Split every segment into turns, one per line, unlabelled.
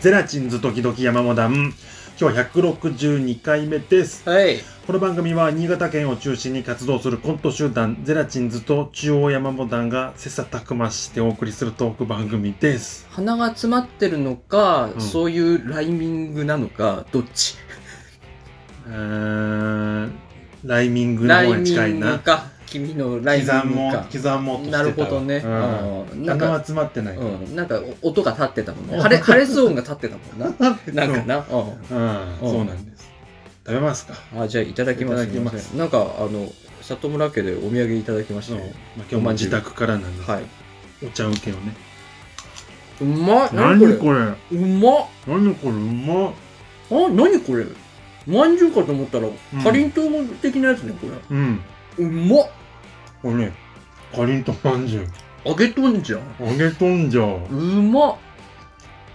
ゼラチンズ時々山モダン。今日は162回目です。
はい。
この番組は新潟県を中心に活動するコント集団ゼラチンズと中央山モダンが切磋琢磨してお送りするトーク番組です。
鼻が詰まってるのか、
うん
そういうライミングなのか、どっち
うーん、ライミングの
ライ
方が
ミ
近い
ング
な。
か。君のライミン
刻
グ
も
か、。
刻もうとしてたわ
なるほどね。
う
あ
ん
ーなん
鼻は
か、
詰まってない。
うん、なんかお音が立ってたもん ね。破裂破裂音が立ってたもんな。なんかな。うん
うん、
うん
そうなんです。食べますか。
あじゃあいただきます
いただきます
なんかあの里村家でお土産いただきまし
そ
た
う
ね、
まあ、今日も自宅からなんです。
はい
お茶受けをね。
うまい
何これ。
うまっ
何これ、うまっ。
あ何これまんじゅうかと思ったらかりんとう的なやつねこ
うん、
れうまっ
これね。かりんとまんじゅう。
揚げとんじゃん
揚げとんじゃ
う
う。
まっ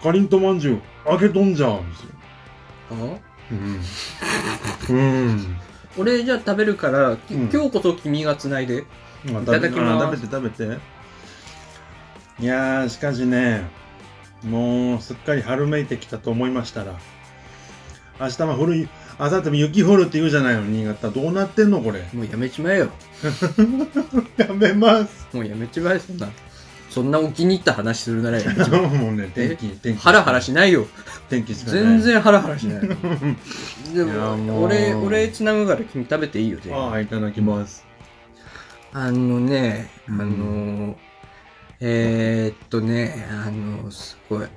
かりんとまんじゅう。揚げとんじゃうんですよ。
あ
うん。うん。
俺じゃあ食べるから、き
うん
今日こそ君がつないで
まあ
いただきます
食べて食べて食べていやーしかしねもうすっかり春めいてきたと思いましたら明日は降る明後日も雪降るって言うじゃないの新潟どうなってんのこれ
もうやめちまえよ
やめ ます
もうやめちまえそんなそんなお気に入った話するならやめち まえ
もうね天気天気
ハラハラしないよ
天気しかない
全然ハラハラし ないで
いやも
も
う
俺俺つなぐから君食べていいよ全
あ
然
あいただきます
あのね、あ
うん
のーえーっとね、あのすごい、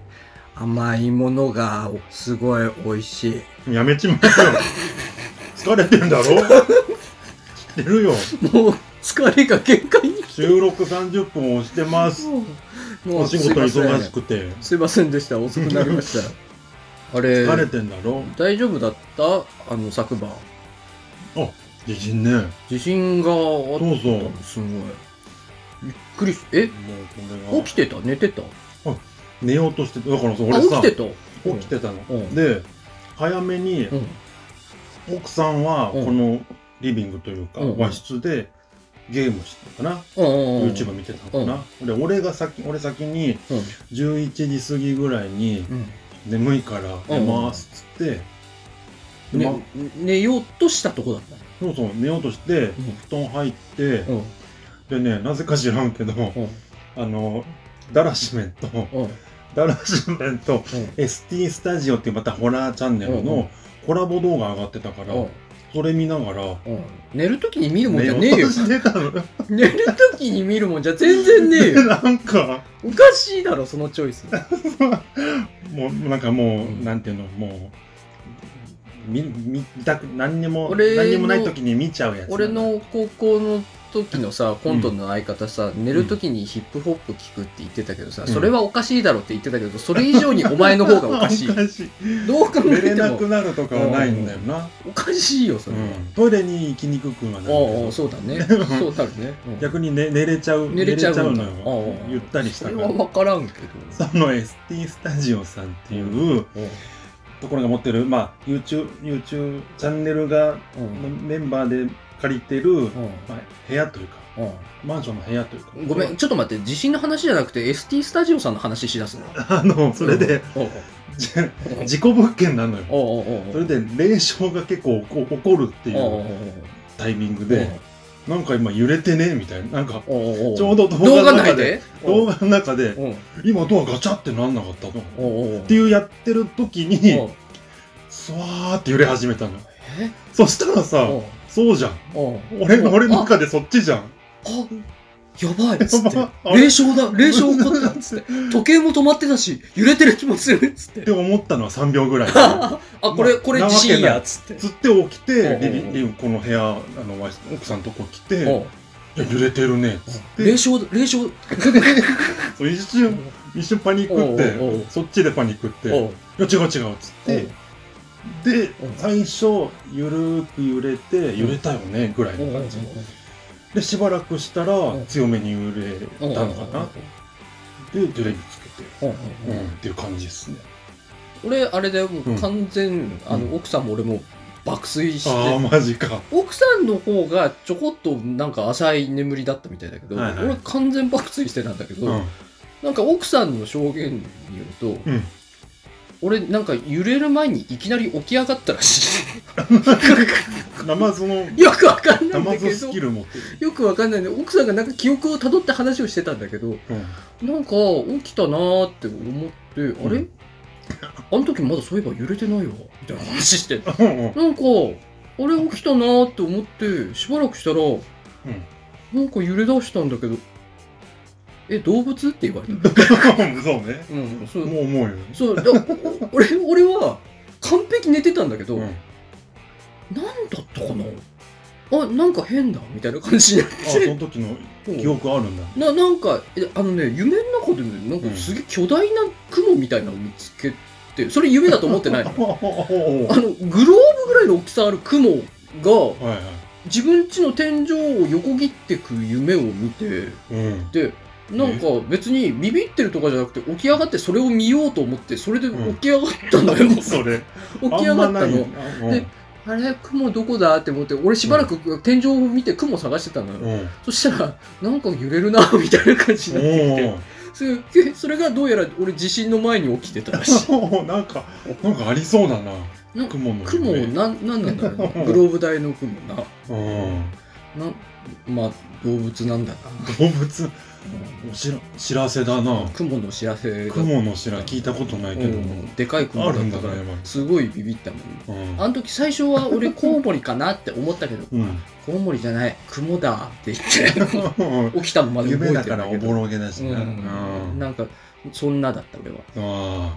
甘いものがおすごい美味しい。
やめちまえ よ疲れてんだろ知ってるよ
もう疲れが限界に。
収録30分押してます
も
お仕事
すいま
忙
せ
し
ん
くて
すいませんでした、遅くなり ました。あれ、
疲れてんだろ
大丈夫だったあの昨晩。
地震ねそう
地震があった
そうもう
のすごい。びっくりし、え
これ
起
が
きてた寝てた
寝ようとしてだからさ
あ、
俺
起
さ
きてた
起きてたの、
うん
で早めに
うん。
奥さんは
うん
このリビングというか
うん
和室でゲームしてたかな、
うんうんうん。
YouTube 見てたのかな、で俺が先俺先に
うん。
11時過ぎぐらいに
うん
眠いから寝ますっつって、でま
ね、寝ようとしたとこだった
そうそう寝ようとして布団入って、
の
でねなぜか知らんけど、
うんうん
あのダラシメンと
うん
ダラシメンと ST スタジオっていうまたホラーチャンネル
うんうん
のコラボ動画上がってたから、
うん
それ見ながら
うん寝るときに見るもんじゃねえよ
寝たの
寝るときに見るもんじゃ全然ねえよ
なんか
おかしいだろそのチョイス
もうなんかもう、
うん
なんていうのもう見見見たく何にも
俺の
何にもない時に見ちゃうやつ
俺の高校の時のさコントの相方さ、寝るときにヒップホップ聞くって言ってたけどさ、
ん
それはおかしいだろって言ってたけどそれ以上にお前の方がおかし い
おかしい
どう考
寝れ
えて
な
も
くなるとかはないんだよな、
おかしいよそれは、
うんトイレに行きにくくはなるけど
おうおうそうだねそうなるね、うん
逆に、ね、寝れちゃう
寝れちゃうん
寝れの
だおう
よ
おう
ゆったりし
そ
た
れ
か
は
ら
分からんけど
その ST スタジオさんっていう
うん
ところが持ってる、まあ、YouTube, YouTube チャンネルが
うん
メンバーで借りてる、
うん
まあ、部屋というかマンションの部屋というか
ごめん、ちょっと待って、地震の話じゃなくて、ST スタジオさんの話しだすの。
あのそれで、
おう
じ 事故物件なのよ
おうおうおう
それで霊障が結構起こ起こるってい
おうおうお
うタイミング
う
でなんか今揺れてねみたいななんか
おうおうおう
ちょうど動
動
画
画
の中
内
で
で
動画の中で
うん
今ドアガチャってなんなかったのっ
おうおうおう
ていうやってる時
お
に
う
スワーって揺れ始めたの
え
そしたらさ
おう
そうじゃん
おう
俺の
おう
俺の中でそっちじゃん
あやばいっつって
やばあれ
霊障だ霊障起こったっ つって時計も止まってたし揺れてる気もするっつっ
って
て
思ったのは3秒ぐ らい
あこれこれ
な
地
わけない
震やっつって
つって起きてリビ
おうおうおう
リビングこの部屋あのわし奥さんとこ来て
おう
いや揺れてるねっつって
霊障だ霊障
そう一瞬一瞬パニックって
おうおうおう
そっちでパニックっていや
おう
違う違うっつってで
おう
最初ゆるーく揺れて揺れたよねぐらい
お
の
うおう
感じでしばらくしたら
ん
強めに揺れたのかなでテレビつけて
おうおうおう
うんっていう感じですね
俺あれだよもううん完全、あ
う
の
ん
奥さんも俺も爆睡して、
ああマジか
奥さんの方がちょこっとなんか浅い眠りだったみたいだけど、
はいはい
俺完全爆睡してたんだけど、
うん
なんか奥さんの証言によると、
うん
俺なんか揺れる前にいきなり起き上がったらし
ナマズの
い。よくわかんな
ナ
いん
マ
だけ
ズス
ど
キ。ル持ってる。
よくわかんないんで、奥さんがなんか記憶をたどって話をしてたんだけど、
うん
なんか起きたなーって思って、
ん
あれあの時まだそういえば揺れてないわみたいな話してた
うんうん
なんかあれ起きたなーって思ってしばらくしたらなんか揺れ出したんだけどえ動物って言われた
そうね。
うんそ
もう
う
思うよ。
そうだ俺俺は完璧寝てたんだけど、
うん
なんだったかなあなんか変だみたいな感じになっ
あ、そ
て
の時の
うん
記憶あるんだ。
ななんかえあのね夢の中でねなんかすげえ巨大な雲みたいなのを見つけてそれ夢だと思ってないの
おおおお
あのグローブぐらいの大きさある雲が
はいは
自分家の天井を横切ってく夢を見て
い。うん。
でなんか別にビビってるとかじゃなくて起き上がってそれを見ようと思ってそれで起き上がったのよ、
何
起
それ。
き上がった
あんま
の
ない
であれ雲どこだって思って俺しばらく天井を見て雲探してたのよ、
うん。うん
そしたらなんか揺れるなみたいな感じになってきてそれそれがどうやら俺地震の前に起きてたらしい
おおなんか、なんかありそうだな。
なんか
雲の
雲
夢
なんなんなんだろうねグローブ大の雲な
うん。
なまあ動物なんだな、
動物、おしら知らせだな。
雲の知らせだ
雲の知ら聞いたことないけど
う
も。
んでかい雲だった
あ
か
るんだね
らすごいビビったもん
うん
あの時最初は俺コウモリかなって思ったけど
うん。
コウモリじゃない雲だっ て言って起きたのまで
夢
覚えてるん
だ
だけ
か
ど
らおぼろげだし
う
ね。
ん
うん
なんかそんなだった俺は、
ああ、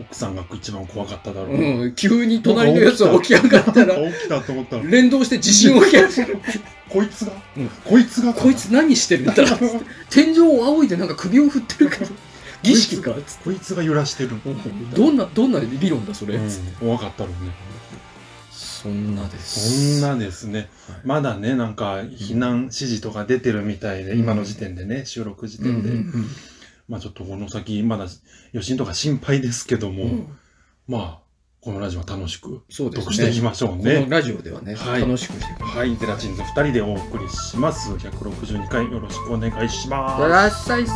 奥さんが一番怖かっただろうな。
うん、急に隣のやつが起き上がったら
なんか起きたと思ったら、
連動して地震起き上がる
こいつが、
うん
こいつが、
こいつ何してるんだろうつって天井を仰いでなんか首を振って るけど儀式かつって
こいつが揺らしてる。
どんなどんな理論だそれ、
うん怖かったろうね。
そんなです
そんなですね、
はい
まだね、なんか避難指示とか出てるみたいで、
うん
今の時点でね、収録時
う
点
ん
で、
うん
まあちょっとこの先、まだ余震とか心配ですけども、
うんうん
まあ、このラジオは楽しく、
そうです
得
ね
していきましょう
こ
ね
の。ラジオではね、
はい
楽しくしていく
はい、ゼラチンズ2人でお送りします。162回よろしくお願いします。
だらっしゃいっす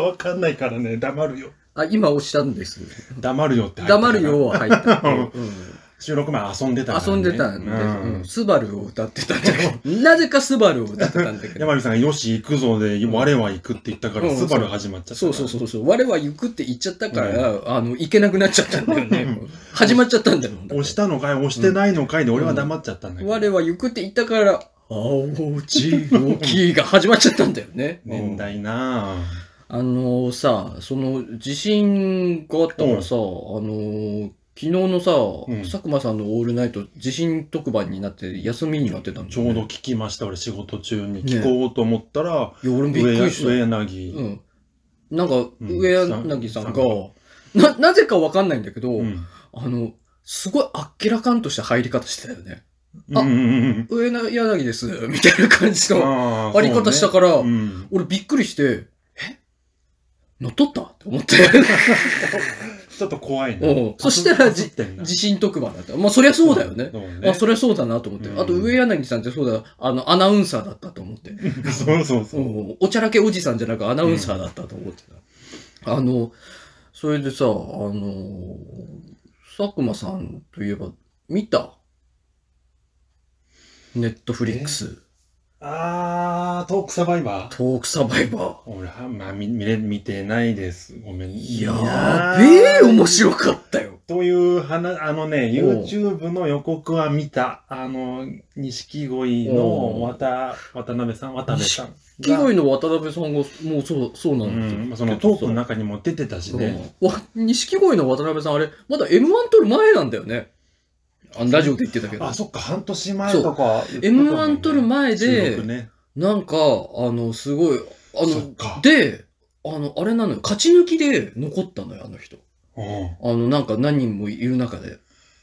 わかんないからね、黙るよ。
あ、今押したんです。
黙るよって入った
黙るよは入った。 うん
収録前遊んでたから、ね。
遊んでたんで、
う
うんスバルを歌ってたんだ けど、なぜかスバルを歌ってたんだけど。
山美さんが「よし行くぞ」で「我は行く」って言ったから「
うん
スバル始まっちゃった
そうそうそうそう。我は行くって言っちゃったから、あの、行けなくなっちゃったんだよね。始まっちゃったんだもん。
押したのかい押してないのかいで俺は黙っちゃったんだけど、
我は行くって言ったから、青地動きが始まっちゃったんだよね。
年代なあ
あのさ、その地震があったからさ、あの、昨日のさ、
うん
佐久間さんのオールナイト地震特番になって休みになってたんだ
ち
よ
ょ
ね
うど聞きました俺仕事中に聞こうと思ったら、
いや、俺もびっく
上
りした。
上柳、
うん。なんか、
うん
上柳さんが
さ、
な、なぜかわかんないんだけど、
うん
あの、すごいあっけらかんとした入り方してたよね。あ
うんうんうん
上柳です、みたいな感じの
ああ
あり方したから、
そうね うん
俺びっくりして、え乗っ取ったって思 って、
ちょっと怖い
お
ね
うそしたらじ
じってんな
地震特番だった。まあそりゃそうだよね。
そうね
あそりゃそうだなと思って。
うん
あと上柳さんってそうだ、あの、アナウンサーだったと思って。
そうそうそう、
おおちゃらけおじさんじゃなくアナウンサーだったと思ってた。あの、それでさ、あの、佐久間さんといえば、見たネットフリックス、
ああトークサバイバー
トークサバイバ
俺はまあ見見れ見てないですごめん
ー。いやーべえ面白かったよ。
という話、あのね、
おう
YouTube の予告は見た。あの、錦鯉
お
の
う
渡、渡辺さん、渡辺さんが。
木鯉の渡辺さんが、もうそう、そうな
うん
ですよ
ん、まあそのトークの中にも出てたしね。
うんわ錦鯉の渡辺さん、あれ、まだ M1 撮る前なんだよね。あのラジオで言ってたけど
あ、。そっか、半年前とか、
M1 撮る前で
収録ね、
なんか、あの、すごい、あ
そっ
の、
か。
で、あの、あれなのよ、勝ち抜きで残ったのよ、あの人。
うん
あの、なんか何人もいる中で。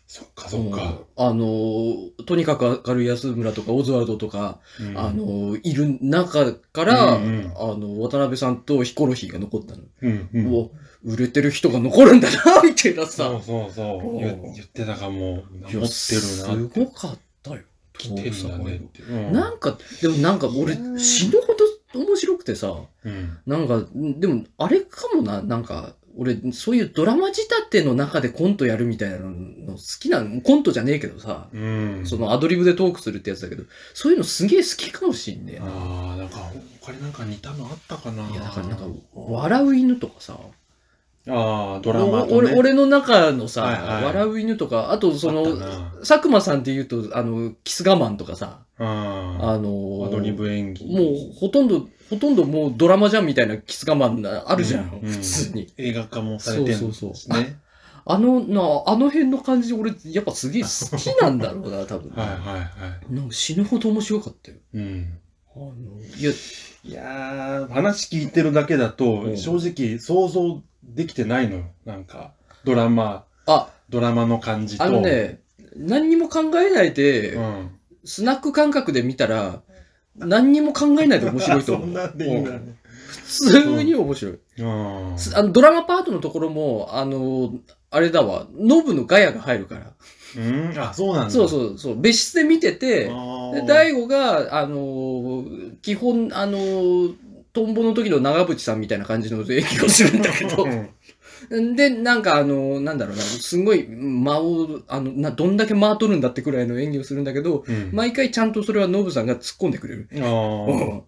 そっかそっか。
うんあの、とにかく明るい安村とか、オズワルドとか、
うん
あの、いる中から、
うんうん
あの、渡辺さんとヒコロヒーが残ったの。
うんうん
うわ売れてる人が残るんだな、みたいな
そ
さ
う。そうそう。言言ってたかも。持って
い
る
や
な。
すごかったよ。
来てるんだねって。うん
なんか、でもなんか俺、死ぬほど面白くてさ、
うん。
なんか、でも、あれかもな、なんか、俺、そういうドラマ仕立ての中でコントやるみたいなの好きなの、コントじゃねえけどさ、
うん。
そのアドリブでトークするってやつだけど、そういうのすげえ好きかもしんねえな。
ああ、なんか、これなんか似たのあったかな。
いや、だからなんか、笑う犬とかさ、
ああ、ドラマと、ね。
お俺俺の中のさ、
はいはい
笑う犬とか、あとそ
あ
の
った、な
佐久間さんって言うと、あの、キス我慢とかさ、
あ
あの
あ、アドリブ演技。
もうほとんど、ほとんどもうドラマじゃんみたいなキス我慢なあるじゃん、
うんうん
普通に。
映画化もされてるんですね。
そうそうあの、な、あの辺の感じ、俺、やっぱすげえ好きなんだろ うな、多分。
はいはいは
なんか死ぬほど面白かったよ。
い。うん。
あの、いや、
いやー、話聞いてるだけだ
う
と、
ん
正直想像できてないのよ。なんか、ドラマ、
あ、
ドラマの感じと。
あのね、何にも考えないで、
うん。
スナック感覚で見たら、何にも考えないで面白いと思
そん
う。
なんでいいんだ
うん
ね。
普通に面白い。
うん。
すあのドラマパートのところも、あの、あれだわ、ノブのガヤが入るから。
うん、あ、そうなんだ。
そう
う。
そうそう、別室で見てて、で
大、
大悟が、あのー基本、あのートンボの時の長渕さんみたいな感じの演技をするんだけど
うん
で、なんかあのーなんだろうな、すごい間を、あの、な、どんだけ間取るんだってくらいの演技をするんだけど、
うん。
毎回ちゃんとそれはノブさんが突っ込んでくれる。
あー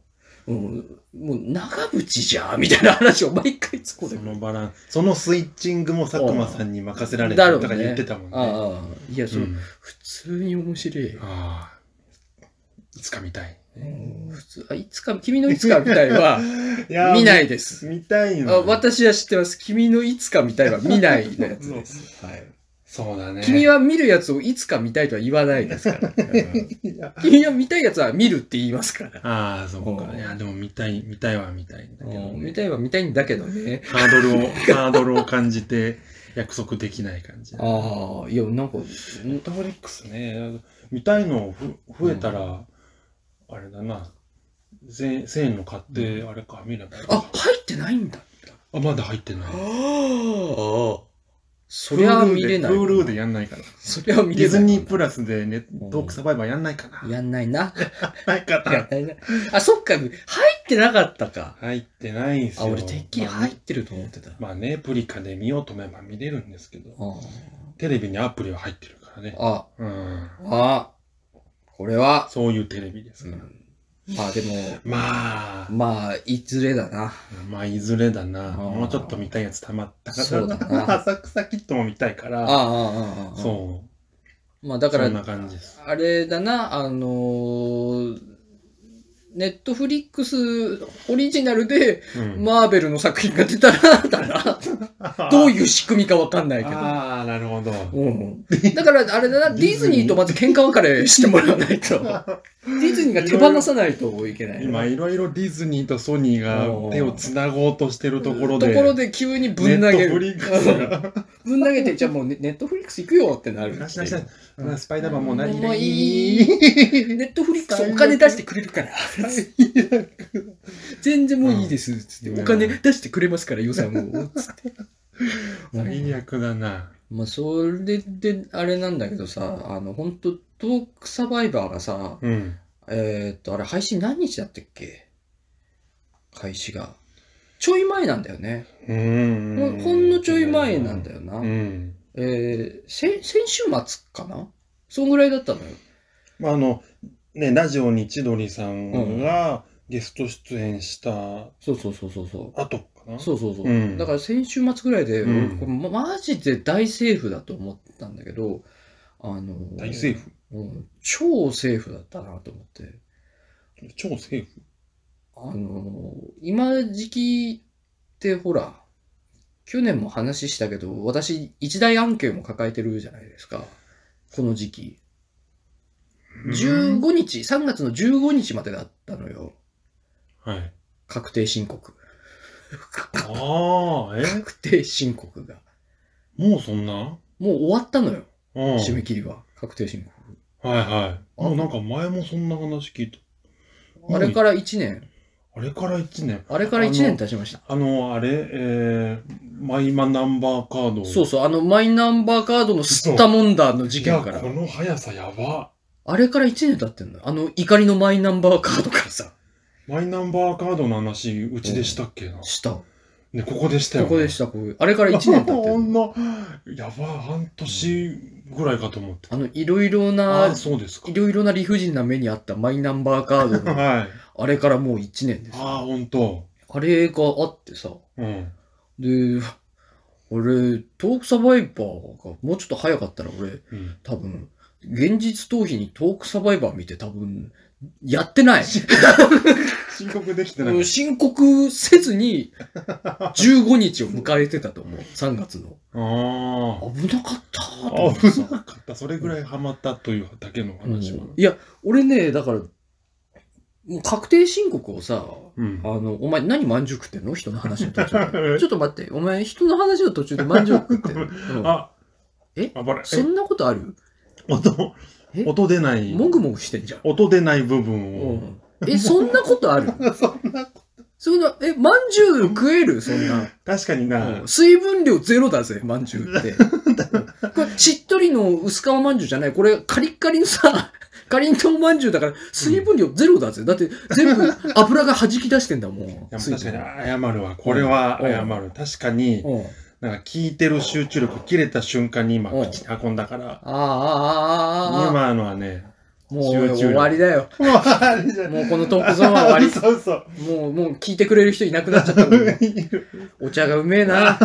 うんもう、長渕じゃんみたいな話を毎回突っ込んで
そ
くる。
のバランス、そのスイッチングも佐久間さんに任せられ
だ
た
ろ
と
うね
か言ってたもんね。あ
ああ、いや、その、
うん
普通に面白い。
あー。いつか見たい。
普通、あ、いつか、君のいつかみたいは、
いやー
見ないです。
見たい
あ
の。
私は知ってます。君のいつか見たいは見ない のやつです。はい、
そうだね。
君は見るやつをいつか見たいとは言わないですから。うん
いや
君は見たいやつは見るって言いますから。
ああ、そう
う
か。
ん
いや、でも見たい、見たいは見たいんだけど
うん見
ね。
たいは見たいんだけどね。
ハードルを、ハードルを感じて、約束できない感じ。ネ
ああ、いや、なんか、ん
タフリックスね、見たいのふ増えたら、あれだな、1000 1000円の買って、あれか、見ればいいの
あ
か。、
入ってないんだ。
あ、まだ入ってない。
ああ。そりゃ見れない。
プールでやんないから。
そりゃ見れない。
ディズニープラスでネ
うん
トークサバイバーやんないかな。
やんないな。
ないか
やんないな。あ、そっか、入ってなかったか。
入ってないんす
あ、
よ。
俺てっきり入ってると思ってた。
まあね、プリカで見ようと思えば見れるんですけど、
あ
テレビにアプリは入ってるからね。
あ。
うん。
あこれは、
そういうテレビですから。
まあでも、
まあ、
まあ、いずれだな。
まあ、いずれだな。
あー
もうちょっと見たいやつたまったから。
そうだな
浅草キットも見たいか
ああ、
ら。
ああ、ああ。。
そう
まあだ
う。
か
そ
ら
ん、な感じです。
あれだな、あのーネットフリックスオリジナルで、
うん
マーベルの作品が出たら、だな、どういう仕組みかわかんないけど。
ああ、なるほど。
うん、だから、あれだな、ディズニーとまず喧嘩別れしてもらわないと。ディズニーが手放さないといけない。
今、いろいろディズニーとソニーが手をつなごうとしてるところで。
ところで急にぶん投
ネッ
げ
トフ
る。
リックスが。
ぶん投げて、じゃあもうネネットフリックス行くよってなるっていう。
なしなしなしまあスパイダーマンもう何
もうい
い
い。ネットフリックスお金出してくれるから。全然もういいですっつって、
うん
お金出してくれますから予算を。つって。
最悪だな。
まあ、それで、あれなんだけどさ、あの、本当トークサバイバーがさ、
うん。
えーっと、あれ配信何日だったっけ開始が。ちょい前なんだよね。
うん
ほんほんのちょい前なんだよな。
うん。
えー、せ先週末かなそんぐらいだったのよ。
まあ、あの、ね、ラジオに千鳥さんがゲスト出演した
そうそうそうそうそう。
後かな。
そうそうそう。
うん
だから先週末ぐらいで、
うん
俺これまマジで大セーフだと思ったんだけど、あのー
大セーフ
うん、超セーフだったなと思って。
超セーフ。
あのー今時期ってほら、去年も話したけど、私一大案件を抱えてるじゃないですか。この時期。15日、3月の15日までだったのよ。
はい。
確定申告。
ああ、え
確定申告が。
もうそんな
もう終わったのよ。
うん。
締め切りは、確定申告。
はいはい。
あ
もうなんか前もそんな話聞いた。
あれから1年、
あれから1年。
あれから1年経ちました。
あの、あれ、えー、マイマナンバーカードを
そうそう、あの、マイナンバーカードの吸ったもんだの事件か
いや
ら
こ。の速さやば。
あれから1年経ってんだよ。あの、怒りのマイナンバーカードからさ、
マイナンバーカードの話、うちでしたっけな。
した。こ
ね、ここでしたよ、ね。。
こでしたた、こういう。あれから1年 経って
ほ
る
ん。の、やば、半年ぐらいかと思ってた。
あの、いろいろ
あ
な
あ、、そうですか
い。ろいろな理不尽な目にあったマイナンバーカード の、
はい。
あれからもう1年です。
ああ、ほんと。
あれがあってさ、
うん。
で、俺、トークサバイバーがもうちょっと早かったら俺、
うん、
多分、現実逃避にトークサバイバー見て多分、やってない。
申告できてな
う
い
ん。申告せずに、15日を迎えてたと思う。3月の。
ああ。
危なかったーと思って
危
さ
なかった。それぐらいハマったというだけの
うん
話は。
いや、俺ね、だから、もう確定申告をさ、
うん
あ。の、お前何まんじゅう食ってんの人の話の途 中で。ちょっと待って、お前人の話の途中でまんじゅう食ってん の、う ん
あ、
え
あばれ。
そんなことある
え音
え、
音出ない。
もぐもぐしてんじゃん。
音出ない部分
う
を。
んえ、そんなことある
そんな、
そんな、え、まんじゅう食えるそんな。
確かにな。
水分量ゼロだぜ、まんじゅう って。これ、しっとりの薄皮まんじゅうじゃない。これ、カリッカリのさ、 かりんとうまんじゅうだから、水分量ゼロだぜ。だって、全部油が弾き出してんだも ん。
いやもう
水分
確かに謝るわ。これは謝る。確かに、
うん。
なんか聞いてる集中力切れた瞬間に今
うん
口に運んだから、
ああ、ああ、ああ、ああ。
今のは ね、
もう
集中力
終わりだよ。
もうあれじゃ
もうこのトークゾーンは終わり。
そうそう。
もう、もう聞いてくれる人いなくなっちゃ ったもん。お茶がうめえな。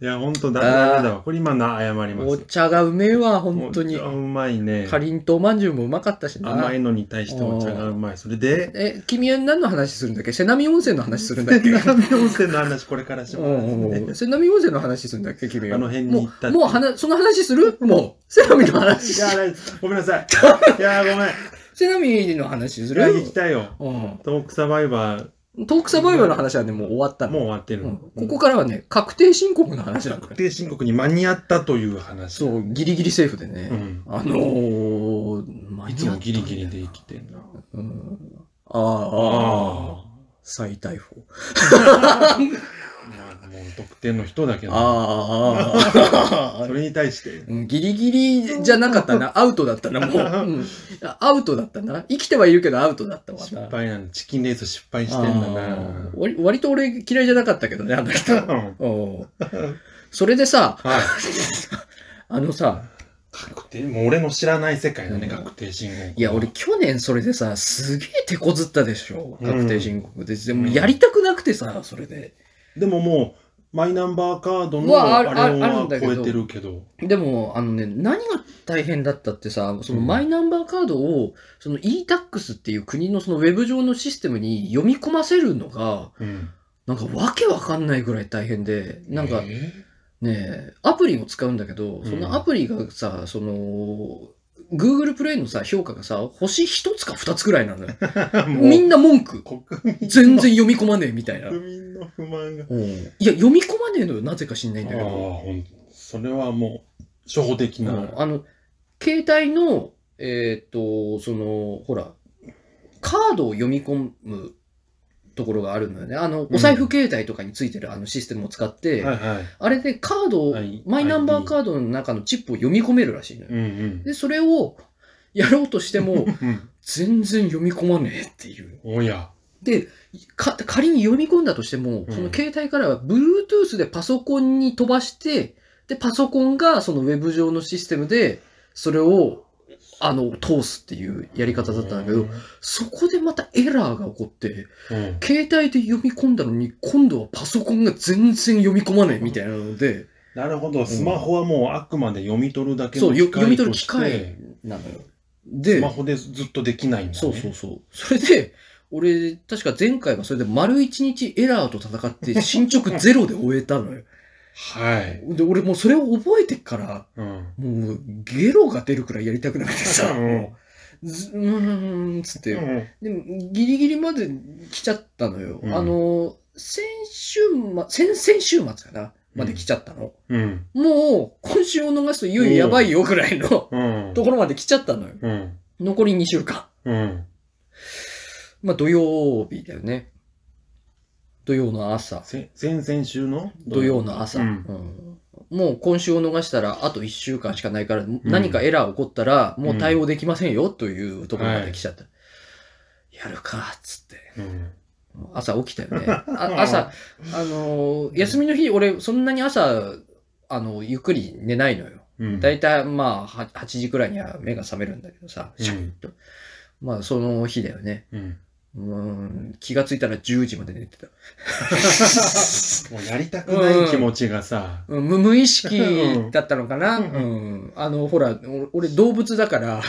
いや、ほんとだ、ダメだわ。これ今のは謝りま
お
す。
茶がうめえわ、本当に
お茶。うまいね。
かりんとうまんじゅうもうまかったしな。
甘いのに対してお茶がうまい。それ で、
え、君は何の話するんだっけ瀬波温泉の話するんだっ け
南温泉の話これからし
う
ま
んうんうん瀬波温泉の話するんだっけ君は。
あの辺に行ったって
もう、もう話、その話するもう。瀬波の
す。い
話。
や、ごめんな さい。いや、ごめん。
瀬波の話す
いや、
る
行きたいよ。
うん。
トークサバイバー、
トークサバイバルの話はね、もう終わったの。
もう終わってる
う
の
ん。ここからはね、確定申告の話な んだ
確定申告に間に合ったという話。う。
そう、ギリギリセーフでね。
うん。
あのー、まあ
いつもギリギリで生きてんな。
うん。ああ、ああ、再逮捕。
まあ、もう特定の人だけど、
ああ、ああ
そ、れに対して、
うんギリギリじゃなかったな。アウトだったな、もう。うんアウトだったな。生きてはいるけどアウトだったわ
失
な。
敗なの。チキンレース失敗してんだ
あ
な
ー。割割と俺嫌いじゃなかったけどね、あの人。
うん
おうそれでさ、
はい。
あのさ、
確定、もう俺の知らない世界だね、
うん
確定申告。
いや、俺、去年それでさ、すげえ手こずったでしょ。
うん
確定申告で。でもやりたくなくてさ、それで。
でももう、マイナンバーカードの
はあ
あ
る
れ
あるある
は超
んだけど
えてるけど。
でも、あのね、何が大変だったってさ、その
うん
マイナンバーカードを、その e-tax っていう国のそのウェブ上のシステムに読み込ませるのが、
うん。
なんかわけわかんないぐらい大変で、なんかね
え
え、アプリも使うんだけど、そのアプリがさ、その、Google プレイのさ、評価がさ、星一つか二つぐらいなのよ。
ー もう
みんな文句。
国民、
全然読み込まねえみたいな。
国民の不満が。
うんいや、読み込まねえのよ。なぜか知んないんだ
あ
け
あ、
ど。
ほんそれはもう、初歩的
う
な。
んあの、携帯の、えーっと、その、ほら、カードを読み込むところがあるのよね。あの、お財布携帯とかについてるあのシステムを使って、
はいはい。
あれでカードを
はい
マイナンバーカードの中のチップを読み込めるらしいのよ。
うんうん。
で、それをやろうとしても、
うん。
全然読み込まねえっていう。
おや。
で、か仮に読み込んだとして
う、
も
ん
その携帯からは Bluetooth でパソコンに飛ばして、で、パソコンがそのウェブ上のシステムで、それを、あの、通すっていうやり方だったんだけ
う
ど、そこでまたエラーが起こって、
うん。
携帯で読み込んだのに、今度はパソコンが全然読み込まないみたいなので、
なるほど、スマホはもうあくまで読み取るだけ
そ
の
う、よ
機械
読み取る
とし
機
て
械なのよ。
ス
で
マ、ホでずっとできないんだ、ね。
そうそうそう。それで、俺、確か前回はそれで丸一日エラーと戦って進捗ゼロで終えたのよ。
はい。
で、俺もうそれを覚えてっから、
うん。
もうゲロが出るくらいやりたくなくてさ、
うん
もうずうーん、つって、
うん
でもギリギリまで来ちゃったのよ。
うん
あの、先週末、先々週末かな。まで来ちゃったの。
うん。
もう、今週を逃すといよいよやばいよぐらいのと
うん。
ころまで来ちゃったのよ。
うん。
残り2週間。
うん。
まあ、土曜日だよね。土曜の朝。
せ先々週の
土曜の朝。
う。
うんんもう今週を逃したら、あと1週間しかないから、何かエラー起こったら、もう対応できませんよ、というところまで来ちゃった。やるか、つって。
うん。
朝起きたよ ね。あ朝、あのー休みの日、俺、そんなに朝、あの、ゆっくり寝ないのよ。
うん。
だいたい、まあ、は8時くらいには目が覚めるんだけどさ、シャキッと。まあ、その日だよね。
うん。
うーん、気がついたら10時まで寝 てた。
もうやりたくない気持ちがさ。
うん無無意識だったのかな、
う
うんん、あの、ほら、お俺動物だから、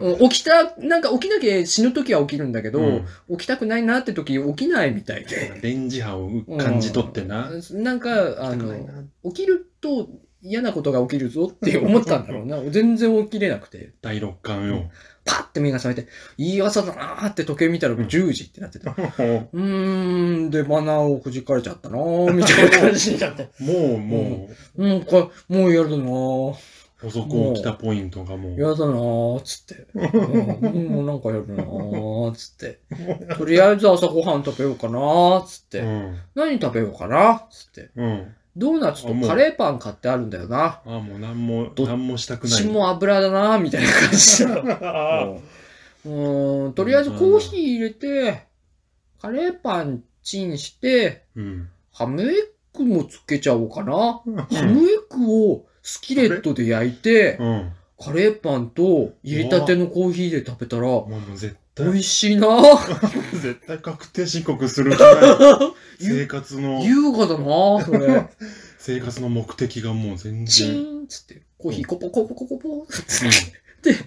うん起きた、なんか起きなきゃ死ぬ時は起きるんだけど、
うん
起きたくないなって時起きないみたいで。
電磁波を感じ取ってな。
なんか、あ
したくない
の、
な
起きると嫌なことが起きるぞって思ったんだろうな。全然起きれなくて、
第六感よ。
パッて目が覚めて、いい朝だなーって時計見たら10時ってなってた。うーん、で、マナーをくじかれちゃったなーみたいな感じにな って。
もうも
もうこれ、もうやるなー。
う、補足をきたポイントがもう。
やだなーっつって。うん、もうなんかやるなーっつ って。とりあえず朝ごはん食べようかなーっつって。
うん。
何食べようかなっつって。
うん。
ドーナツとカレーパン買ってあるんだよな。
あ、もう何も、
ど
何もしたくない。
血も油だなーみたいな感じだ
あ
うん、とりあえずコーヒー入れて、カレーパンチンして、
ーうん。
ハムエッグもつけちゃおうかな。ハムエッグをスキレットで焼いて、
うん。
カレーパンと入れたてのコーヒーで食べたら、
もうもう絶
美
対、
味しいな
絶対確定申告する気 ない。生活の、
優雅だなそれ。
生活の目的がもう全
チ
然。
ーンっつって、コーヒーコポコポコポポつ
う
っ
ん
て、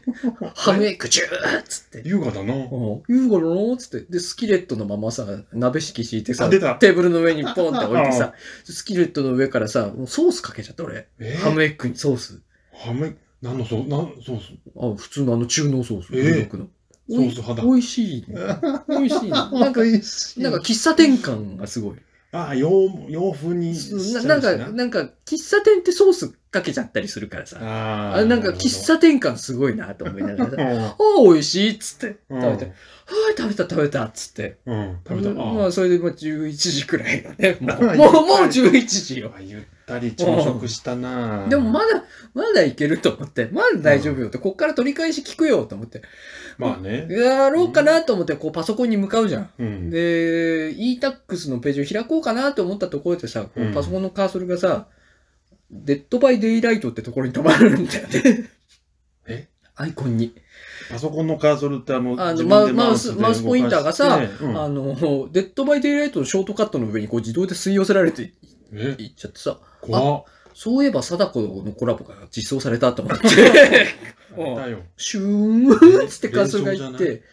ハムエッグチューっつって。
優雅だな。
うん優雅だなっつって。で、スキレットのままさ、鍋敷き敷いて
あ
さ、
出た
テーブルの上にポンって置いて さ、スキレットの上からさ、もうソースかけちゃった俺。
えー
ハムエッグにソース。
ハム、何のソース、何ソース
あ普通のあの中濃ソース。
えー
ブルドッグの
ソース派だ
おい美味しい。 美味しい。なんか、
いし
なんか喫茶店感がすごい。
あ、洋、洋風にしちゃうし
ななんか、なんか、喫茶店ってソースかけちゃったりするからさ。
あ
あ
ー
なんか、喫茶店感すごいなと思いな がらさ。
なる
ああ、美味しいっつって。
ほ
食
ど
べて。はあ、食べた食べたっつって。
うんうん。食べた。あ
まあ、
ー
それでもう11時くらいだ ね。も
は
う、
い
もうもう11時よ。
あゆったり朝食したなぁ
でもまだ、まだいけると思って、まだ大丈夫よって、こっから取り返し聞くよと思って、
まあね。
やろうかなと思って、こうパソコンに向かうじゃん。
うん。
で、e-tax のページを開こうかなと思ったところでさ、こう
うん
パソコンのカーソルがさ、デッドバイデイライトってところに止まるんだよね。
え
アイコンに。
パソコンのカーソルってあの、
あの
自分で
マウス
で動
マ
か
ウ
して
スポインターがさ
うん
あの、デッドバイデイライトのショートカットの上にこう自動で吸い寄せられてい
え、
いっちゃってさ、
怖っ。
そういえば、貞子のコラボが実装されたと 思って、
あれだよ。
シューンっつって感想が
連
いっ
勝じゃ
て、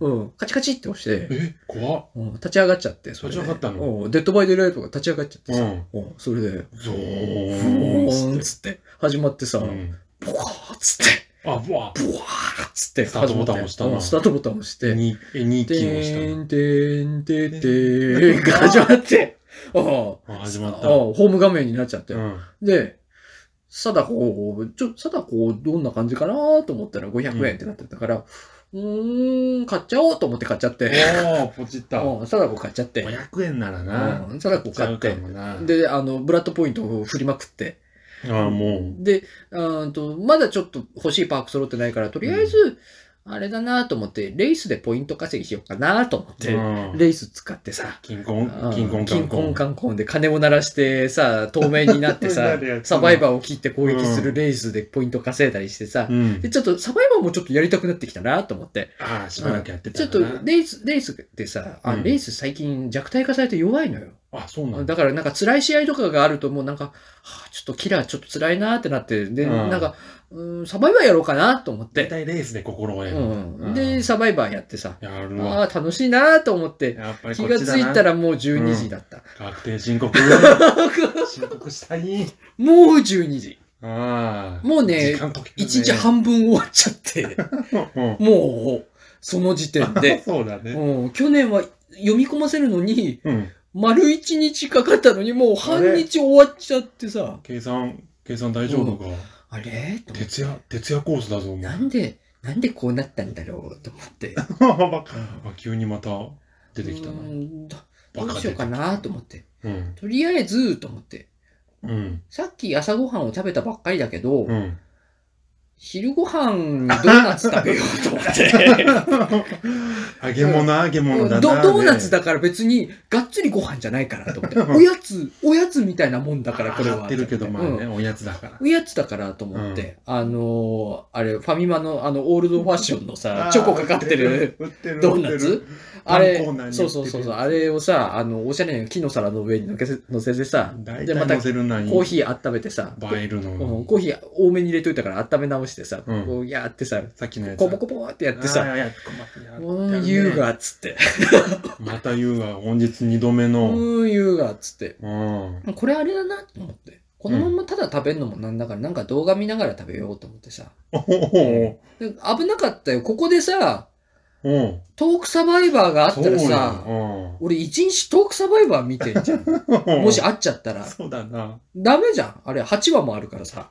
うん
うん、カチカチって押して、
え、怖っ。
うん、立ち上がっちゃって、それで。
立ち上がったの
うんデッドバイデイライトが立ち上がっちゃって
う
さ、
ん。
うん、それで、
ゾ
ブ
ーン
ーンっ
っ
つって、始まってさ、
う
ボ
ん
カーっつって、
あ、うわ。
ブワーっつって、
スタートボタン押したな
うんスタートボタン押して、
に、え、に
て
キーをし
ーんてーんてーんてーんが始ま って、うん
たの。あ、始まっ
うんホーム画面になっちゃって
た。う、ん。
で、貞子を、ちょ、貞子どんな感じかなと思ったら500円ってなってたから、うーん、買っちゃおうと思って買っちゃって、
おー、ポチった。
うん貞子買っちゃって、
500円ならな。
うん貞子買っ
買っちゃ
て
うかもな、
で、あの、ブラッドポイントを振りまくって、
ああ、も
で、うーんと、まだちょっと欲しいパーク揃ってないから、とりあえず、あれだなと思って、レイスでポイント稼ぎしようかなと思っ
う。
て、
うん
レイス使ってさ、
金婚
あ、ー
金婚
金婚観光で金を鳴らしてさ、透明になっ て
な
さ
るや、つ
サバイバーを切って攻撃するレイズでポイント稼いだりしてさ
う、ん
で、。ちょっとサバイバーもちょっとやりたくなってきたなと思って、
ああ、しばらくやって
ちょ
た
っ
な。
とレイズ、レイズってさ、あ
うん
レイズ最近弱体化されて弱いのよ。
あ、そうなんだ。
だからなんか辛い試合とかがあるともうなんか、はあちょっとキラーちょっと辛いなってなって、で、
うん
なんか、うんサバイバーやろうかなと思っ
大
て、
体レースで心得
う。
る。うんん
で、サバイバーやってさ、
やるわ。
ああ、楽しいなと思って、
やっぱりこ
気
っ
が
ち
つ
だ
いた
な。
らもう12時だった。
確定申 告。申告したい。
もう12時。
ああ。
もうね
時間かけるね
一日。半分終わっちゃ って、
うん
もう、その時点で。
そうだね。
うん去年は読み込ませるのに、
うん。
丸一日かかったのにもう半日終わっちゃってさ、
計算、計算大丈夫か。
あれと思って
徹夜、徹夜コースだぞ、お前
なんで、なんでこうなったんだろうと思って。
バカ あ急にまた出てきた
う
な。
ーんどど
バカ
うしようかなと思って。
うん。
とりあえず、と思って。
うん。
さっき朝ごはんを食べたばっかりだけど、
うん。
昼ごはんドーナツ食べようと思 って。
揚げ物、揚げ物だな。
ドドーナツ
だ
だから別にがっつりご飯じゃないからと思って。おやつ、おやつみたいなもんだからこれは。
ってるけど、まあ
うん
ね、おやつだから。
おやつだからと思って、あのーあれ、ファミマのあの、オールドファッションのさ、チョコかかっ てる、
売ってる
ドーナツあれ
パンコーナー、に
そうそうそ
売
うそう、
ってるやつ
あれをさ、あの、おしゃれな木の皿の上に乗せ乗せてさ、
大
で
体
また
乗せるなに。
コーヒー温めてさ、
映える
う
の
ん。コーヒー多めに入れといたから温め直してさ、
うん
こうやってさ、
さっきのやつ。
コボコボってやってさ、
あー、や
うん、優。
や
雅っつって、
また優雅、本日二度目の。
うん、優雅っつって、
うん。
これあれだなと思って、このまんまただ食べるのもなんだから、なんか動画見ながら食べようと思ってさ、
おお
で危なかったよ、ここでさ、
おお
トークサバイバーがあったらさ、
さ、
俺一日トークサバイバー見てんじゃん。
うん
もし会っちゃったら。
そうだな。
ダメじゃん。あれ8話もあるからさ。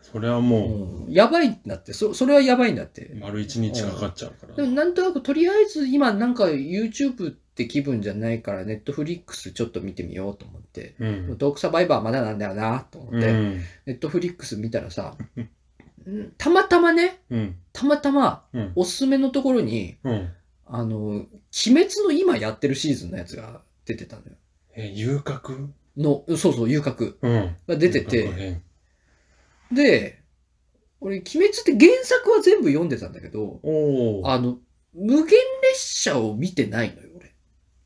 それはも
うんやばいんだって。そ、それはやばいんだっ
う、
て。
丸一日かかっちゃうから
でも。なんとなくとりあえず今なんか YouTube って気分じゃないから Netflix ちょっと見てみようと思って。
うん。
トークサバイバーまだなんだよなと思っ
う
て。
ん。
Netflix 見たらさ、うんたまたまね、
うん。
たまたま
うん。
おすすめのところに、
うん。
あの、鬼滅の今やってるシーズンのやつが出てたんだよ。
え、遊郭
の、そうそう、遊郭
うん。
が出て
遊郭
て、
編。
で、俺、鬼滅って原作は全部読んでたんだけど、
おお。
あの、無限列車を見てないのよ、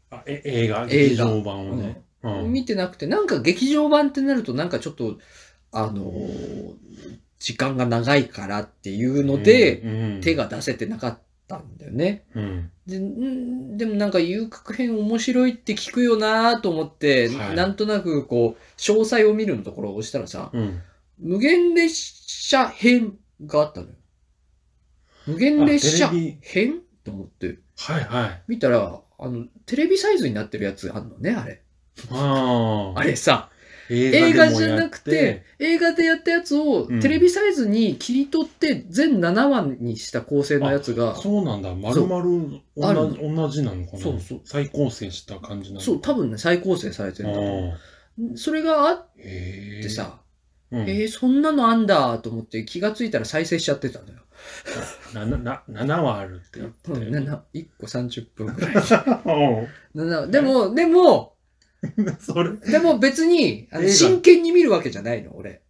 あ、え、映画
映
劇
画
場版を
俺。
ね。う
うん
ん。
見てなくて、なんか劇場版ってなると、なんかちょっと、あのー時間が長いからっていうので、
うん、
手が出せてなかったんだよね。
うん。
でんでもなんか遊郭編面白いって聞くよなぁと思って、
はい
なんとなくこう、詳細を見るのところを押したらさ、
うん。
無限列車編があったのよ。無限列車
あテレビ
編と思って、
はい はい。
見たら、あの、テレビサイズになってるやつあんのね、あれ。
ああ。
あれさ、
映
映
画
画
でも
じ
や
ゃ
って
なくて、、映画でやったやつを
うん
テレビサイズに切り取って全7話にした構成のやつが、
そうなんだ。ま
そ
る
う
まる
あ
同じ
る
同じなのかな。
そうそう
再構成した感じなの
そう、多分ね、再構成されてるんだと思
あ
う。それがあっ
ーへえ。
てさ、
うん、
えー、そんなのあんだと思って気がついたら再生しちゃってたのよ。
ななな7はあるって言ってたよね。
7、1個30分 くらい。
うん
7でも、でも、
それ。
でも別に、あの
映画
真剣に見るわけじゃないの、俺。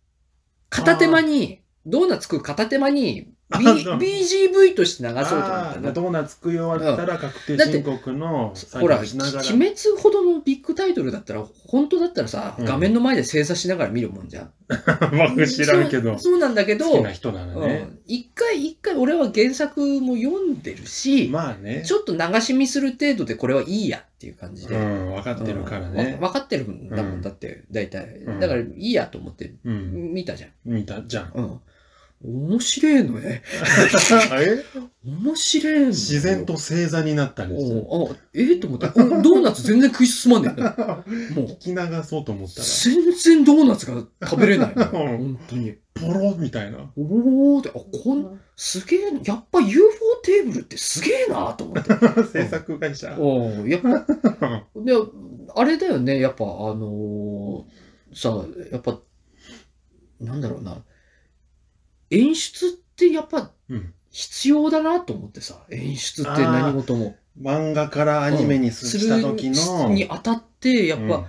片手間に、ドーナツ食う片手 間に、
あ
B、
そう
BGV として流そうと思
あ
った
あ
の。
ドーナツ食い終わったら確定申告の作
ほら、
業
鬼
しながら。
滅ほどのビッグタイトルだったら、本当だったらさ、
うん
画面の前で正座しながら見るもんじゃん。
僕知らんけど。
そうそうなんだけど、
好きな人ならね
う。ん一回一回俺は原作も読んでるし、
まあね。
ちょっと流し見する程度でこれはいいやっていう感じで。
う
うん
ん、分かってるからね。
わ分かってるんだもん、
うん
だって、大体
う。ん
だから、いいやと思って、
うん、
見たじゃん。
見たじゃん。
うん。面白いのね。
え
面白いのよ
自然と正座になったりして。
おうあ、ええと思った。このドーナツ全然食い進まねえんだよ。 もう
聞、き流そうと思ったら、
全然ドーナツが食べれないのよ。
うん
本当に。
ポロみたいな。
おーって、あ、こん、すげえな、やっぱ UFO テーブルってすげえなと思って。
制作会社。
お ーやっぱ、で、あれだよね、やっぱあのーさ、やっぱ、なんだろうな、演出ってやっぱ
うん
必要だなと思ってさ、演出って何事も。
漫画からアニメにすした時
す
の。
るにあたって、やっ
うん
ぱ、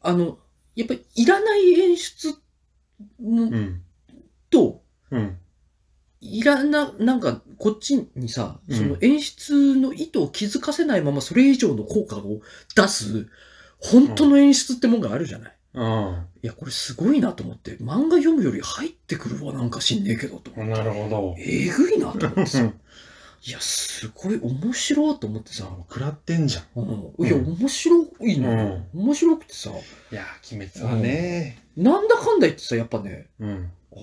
あの、やっぱいらない演出も
うん。
と、
うん。
いらな、なんか、こっちにさ、
うん
その演出の意図を気づかせないままそれ以上の効果を出す、本当の演出ってもんがあるじゃない。
うん。
いや、これすごいなと思って、漫画読むより入ってくるわ、なんか知んねえけどと。
なるほど。
えぐいなと思って
う
さ。
ん
いや、すごい面白いと思ってさ。
食らってんじゃん。
うん、いや、面白いのよ、面白くてさ、
いや、鬼滅はね。
なんだかんだ言ってさ、やっぱね、
うん。
あ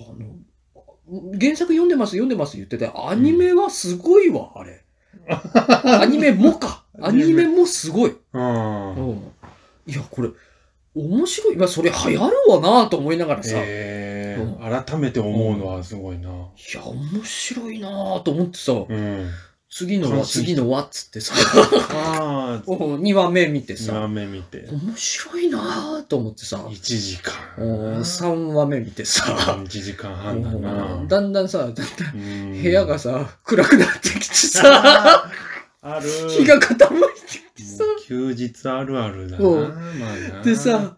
の、原作読んでます、読んでます言ってて、アニメはすごいわ、 あれ。アニメもか。アニメもすごい。
うん。
うんいや、これ、面白い。まあ、それ流行るわなと思いながらさ、
えー、改めて思うのはすごいな。
いや、面白いなと思ってさ、
うん。
次の
感
は、
心し
次のはっつってさ、
ああ、
2話目見て
2
さ、
話目見て、
面白いなと思ってさ、
1時間。
3話目見てさ、
1時間半だな。
だんだんさ、だんだん
部
部屋がさ、暗くなってき てさ、
ある。
日が傾いてきてさ、
もう休日あるあるだな。
そう
まあな
で、さ、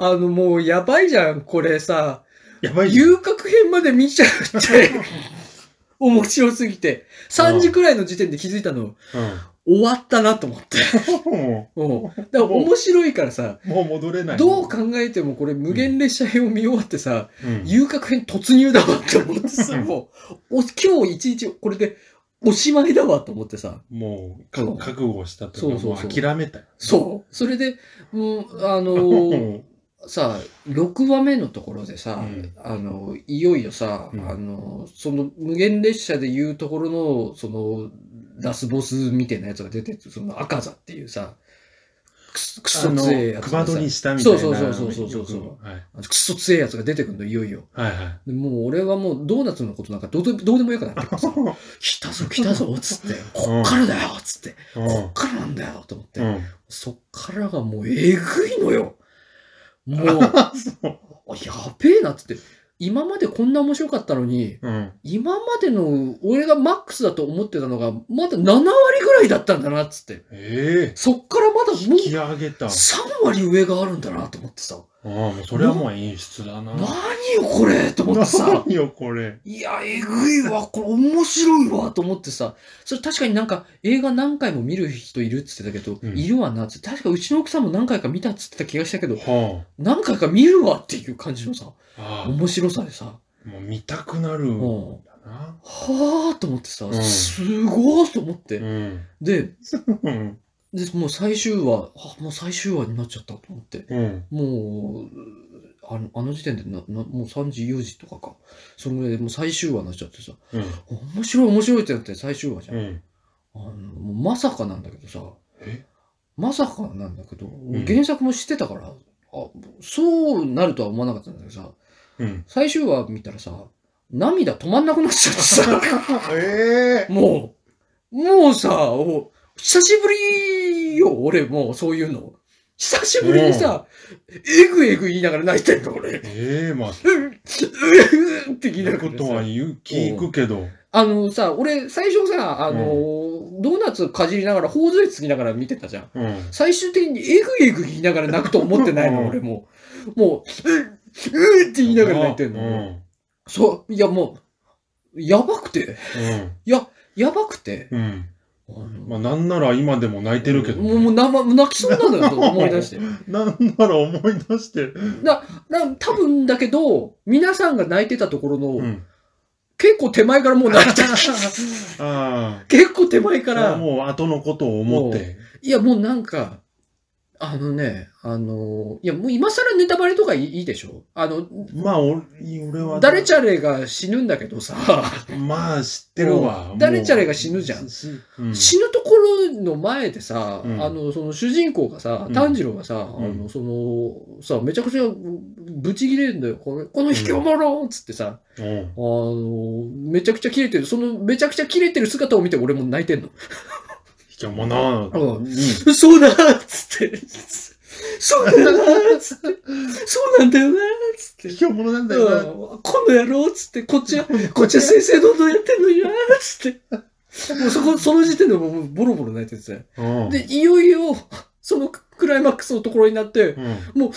あのもうやばいじゃん、これさ、
やばいじゃん
遊郭編まで見ちゃうって、面白すぎて、3時くらいの時点で気づいたの、終わったなと思って。
うんも
うん。だから面白いからさ、
うもう戻れない。
どう考えてもこれ無限列車編を見終わってさ、
うん
遊郭編突入だわって思ってさ、
うん
もう、お今日一日これでおしまいだわと思ってさ、
もうか
そう
覚悟したと
そ
いう
う
か、
そう
も
そう
う諦めたよ。
そう。それで、もう、あの
う
ー、
ん
さ6話目のところでさ、
うん
あのいよいよさ、
うん
あのその無限列車でいうところのそのラスボスみたいなやつが出てその赤座っていうさくすくそ
あの
強えやつ
熊
がさ
取りしたみたいな。
そうそうそうそうそうそう
はい
あのくそ強えやつが出てくるのいよいよ
はいはい。
でもう俺はもうドーナツのことなんかどうでどうでもよくなってるからさ 来たぞ来たぞっつって こっからだよっつって、こっからなんだよと思って、
うん。
そっからがもうえぐいのよ。 もう、あやべえなっつって、今までこんな面白かったのに、
うん。
今までの俺がマックスだと思ってたのが、まだ7割ぐらいだったんだなっつって、
ええ。
そっからまだも
引き
う
上げた。あ
3割上があるんだなと思ってさ、
あ、もうそれはもう演出だな。
何よこれと思って さ、
何よ、これ。
いや、えぐいわ、これ面白いわと思ってさ、それ確かになんか映画何回も見る人いるっつってたけど、
うん
いるわなっつって、確かうちの奥さんも何回か見たっつってた気がしたけど、
は
何回か見るわっていう感じのさ、
あ。あ
面白さでさ、
あ。もう見たくなる
うんん、は
だな。
ぁーと思ってさ、
うん
すごーと思って、
うん。
で
うん。
で、もう最終話、あもう最終話になっちゃったと思って、
うん。
もう、あのあの時点でななもう3時、4時とかか、そのぐらいでもう最終話になっちゃってさ、
うん。
面白い面白いってなって最終話じゃん。
うん。
あのもうまさかなんだけどさ
え、
まさかなんだけど、
ん
原作も知ってたから、あそうなるとは思わなかったんだけどさ、
うん。
最終話見たらさ、涙止まんなくなっちゃってさ、
ええ。
もう、もうさ、お久しぶりよ、俺もう、そういうの。久しぶりにさ、えぐえぐ言いながら泣いてんの、俺。
ええ、まあ、そ
うん、うんって
う
聞い
い
な
う
が
こ
ら
とは
さ
言う聞くけど。
あのさ、俺、最初さ、あのー、ドーナツかじりながら、頬杖つきながら見てたじゃん。
うん。
最終的にえぐいえぐ言いながら泣くと思ってないの、
うん
俺もう。もう、うん、うんって言いながら泣いてんの。
うん。
そう、いやもう、やばくて、やばくて、
うん。うん。
あの
まあ、なんなら今でも泣いてるけど、
もうもうなま泣きそうなのよ、と思い 出して。
なんなら思い出して。
な多分だけど、皆さんが泣いてたところの、
うん。
結構手前からもう泣 いてる。
ああ。
結構手前か
だから
ら、
もう後のことを思って。
いやもうなんか、あのね、あの、いやもう今更ネタバレとかいいいいでしょあの、
まあ、俺俺は。
誰ちゃれが死ぬんだけどさ、
まあ、知ってるわ
う。ん誰ちゃれが死ぬじゃん
もう。しうん
死ぬところの前でさ、
うん
あのその主人公がさ、
うん
炭治郎がさ、
ん
あのそのさめちゃくちゃぶぶち切れんだよこのこの卑怯者っつってさ、
うん
あのめちゃくちゃ切れてるそのめちゃくちゃ切れてる姿を見て俺も泣いてんの
卑怯者
うん
に
そうだっつってそうだよなっつってそうなんだよなっつって
卑怯者なんだよな。
うんこの野郎っつって、こっ ちは、こっちは正々堂々やってんのになっつって。もうそこ、その時点でもうボロボロ泣いててさ。
うん
で、いよいよ、そのクライマックスのところになって、
うん。
もう、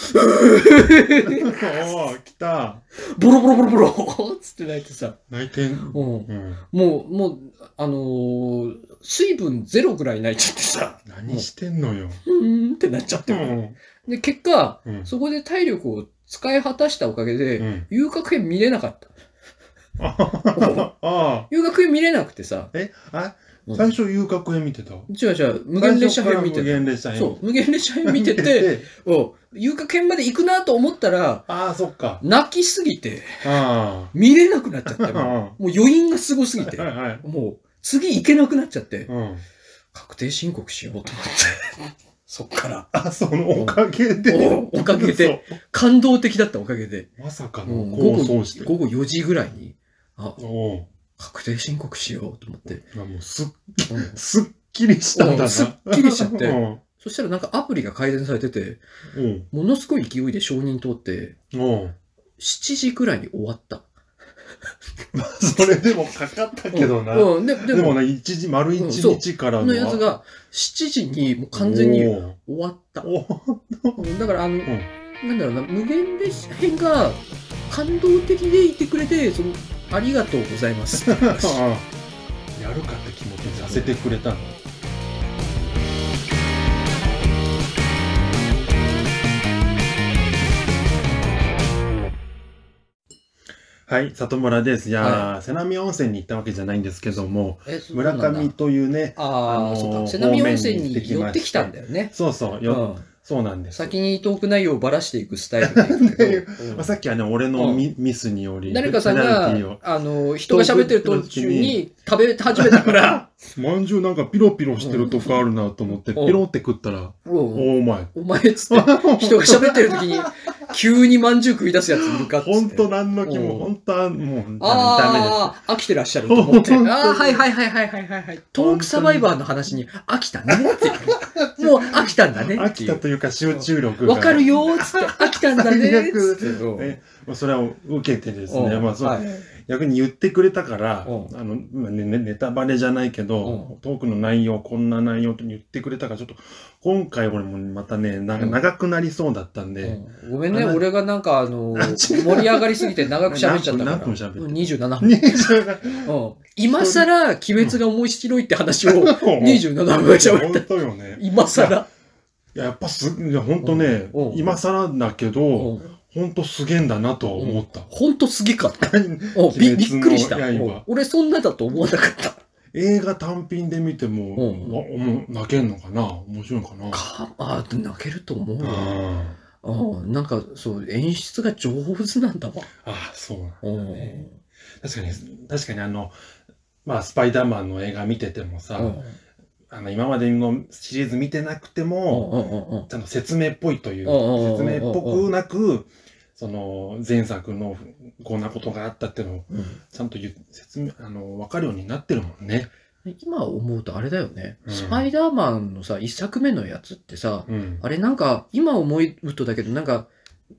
おー来た。
ボロボロボロボロつって泣いてさ、
泣いてん。
うん
うん。
もう、もう、あのー水分ゼロぐらい泣いちゃってさ、
何してんのよ。
うーんってなっちゃって、
うん。
で、結果、
うん。
そこで体力を使い果たしたおかげで、
うん
遊郭編見れなかった。
あ ああ。
遊郭編見れなくてさ、
え、あ
うん
最初遊郭編見てた
違う違う、無限列
最初
車編見
から無
て
限列車
た。
編。
そう、無限列車編見て て、、うん遊郭編まで行くなと思ったら、
ああ、そっ か。
泣きすぎて、
あ
見れなくなっちゃった
あ。う
もう。
ん
もう余韻がすごすぎて、
はいはい。
もう次行けなくなっちゃって、
うん。
確定申告しようと思って。そっから。
あ、そのおかげで。
おおかげで感動的だったおかげで、
そう。まさか
う
の
ん
功
午
を
後
奏して。
午後4時ぐらいに、あ、
おう
確定申告しようと思って。
あもうすっ、
うん
すっきりしたんだ
う
な。
んすっきりしちゃって
うん
そしたらなんかアプリが改善されてて、
うん。
ものすごい勢いで承認通って、
うん。
7時ぐらいに終わった。
それでもかかったけどな。
うんうん、でで
で
も
も、な、一時、丸一
うん
日から
あのやつが7時にもう完全に
おう
終わった。
おう
うんだからあの、なんだろうな、無限列車編が感動的でいてくれて、その、ありがとうござい ますって話。
やるかって気持ちにさせてくれたの。はい、里村です。いやー、瀬波温泉に行ったわけじゃないんですけども、
えそう
村
なんだ
上というね、
あ
あ
ー
のー
そうか。瀬波温泉
方面に行ってき
に
まして
寄ってきたんだよね。
そうそう、
う
よ、
ん、
そうなんです。
先にトーク内容をばらしていくスタイルでいくけど、うん
まあ、 さっきはね、俺のミ,、ミスにより、
誰かさん
ペナルティ
が
を、
あの、人が喋ってる途中に食べ始め たから、
まんじゅうなんかピロピロしてるとこあるなと思って、
うん
ピロって食ったら、
おう
おお前。
お前っつって、 人が喋ってる時に、急にまんじゅう食い出すやついるかっつって。
ほんと何の気も、
うん
ほんとあんもうダメです。
ああ、飽きてらっしゃると思って。あ
ほんとに
あ、はいはいはいはいはいはいはい。トークサバイバーの話に飽きたねっ ていう。もう飽きたんだね
飽
って
き
い
た
う。
というか集中力が。
わかるよーっ つって、飽きたんだねーっつって。
ねまあ、それを受けてですね、
うん
まあそう
はい
逆に言ってくれたから、あ
う
のまあねねネタバレじゃないけど、トークの内容、こんな内容と言ってくれたから、ちょっと今回俺もまたね、なんか
うん
長くなりそうだったんで、
ごめんね、
あな
俺がなんかあ の、盛り上がりすぎて長く喋っちゃったから。
何分喋った
うん27分。
27
うん今更、鬼滅が面白いって話を
分
27分喋っ
本
た。
当よね。
今更。
いや、やっぱす、いや本当ね、
うん
今更だけ
う
ど、
ん
本当すげえんだなとは思った。
ほんとすげえかった。うんびびっくりした。
鬼滅の刃
うん俺そんなだと思わなかった。
映画単品で見ても、
うん
わもう泣けんのかな面白いのかな
か、あ、泣けると思う
うん
わ。
あ
うん、なんか、そう、演出が上手なんだわ。
あ、そうなん
う
ね
ん。
確かに、確かにあの、まあ、スパイダーマンの映画見ててもさ、
うん
あの、今までのシリーズ見てなくて
うん
も、
うんうん
ちゃんと説明っぽいという、
うん
説明っぽくなく、その、前作のこんなことがあったっていうのを、
うん
ちゃんと言う説明、あの、わかるようになってるもんね。
今思うとあれだよね。
うん
スパイダーマンのさ、一作目のやつってさ、
うん。
あれなんか、今思うとだけど、なんか、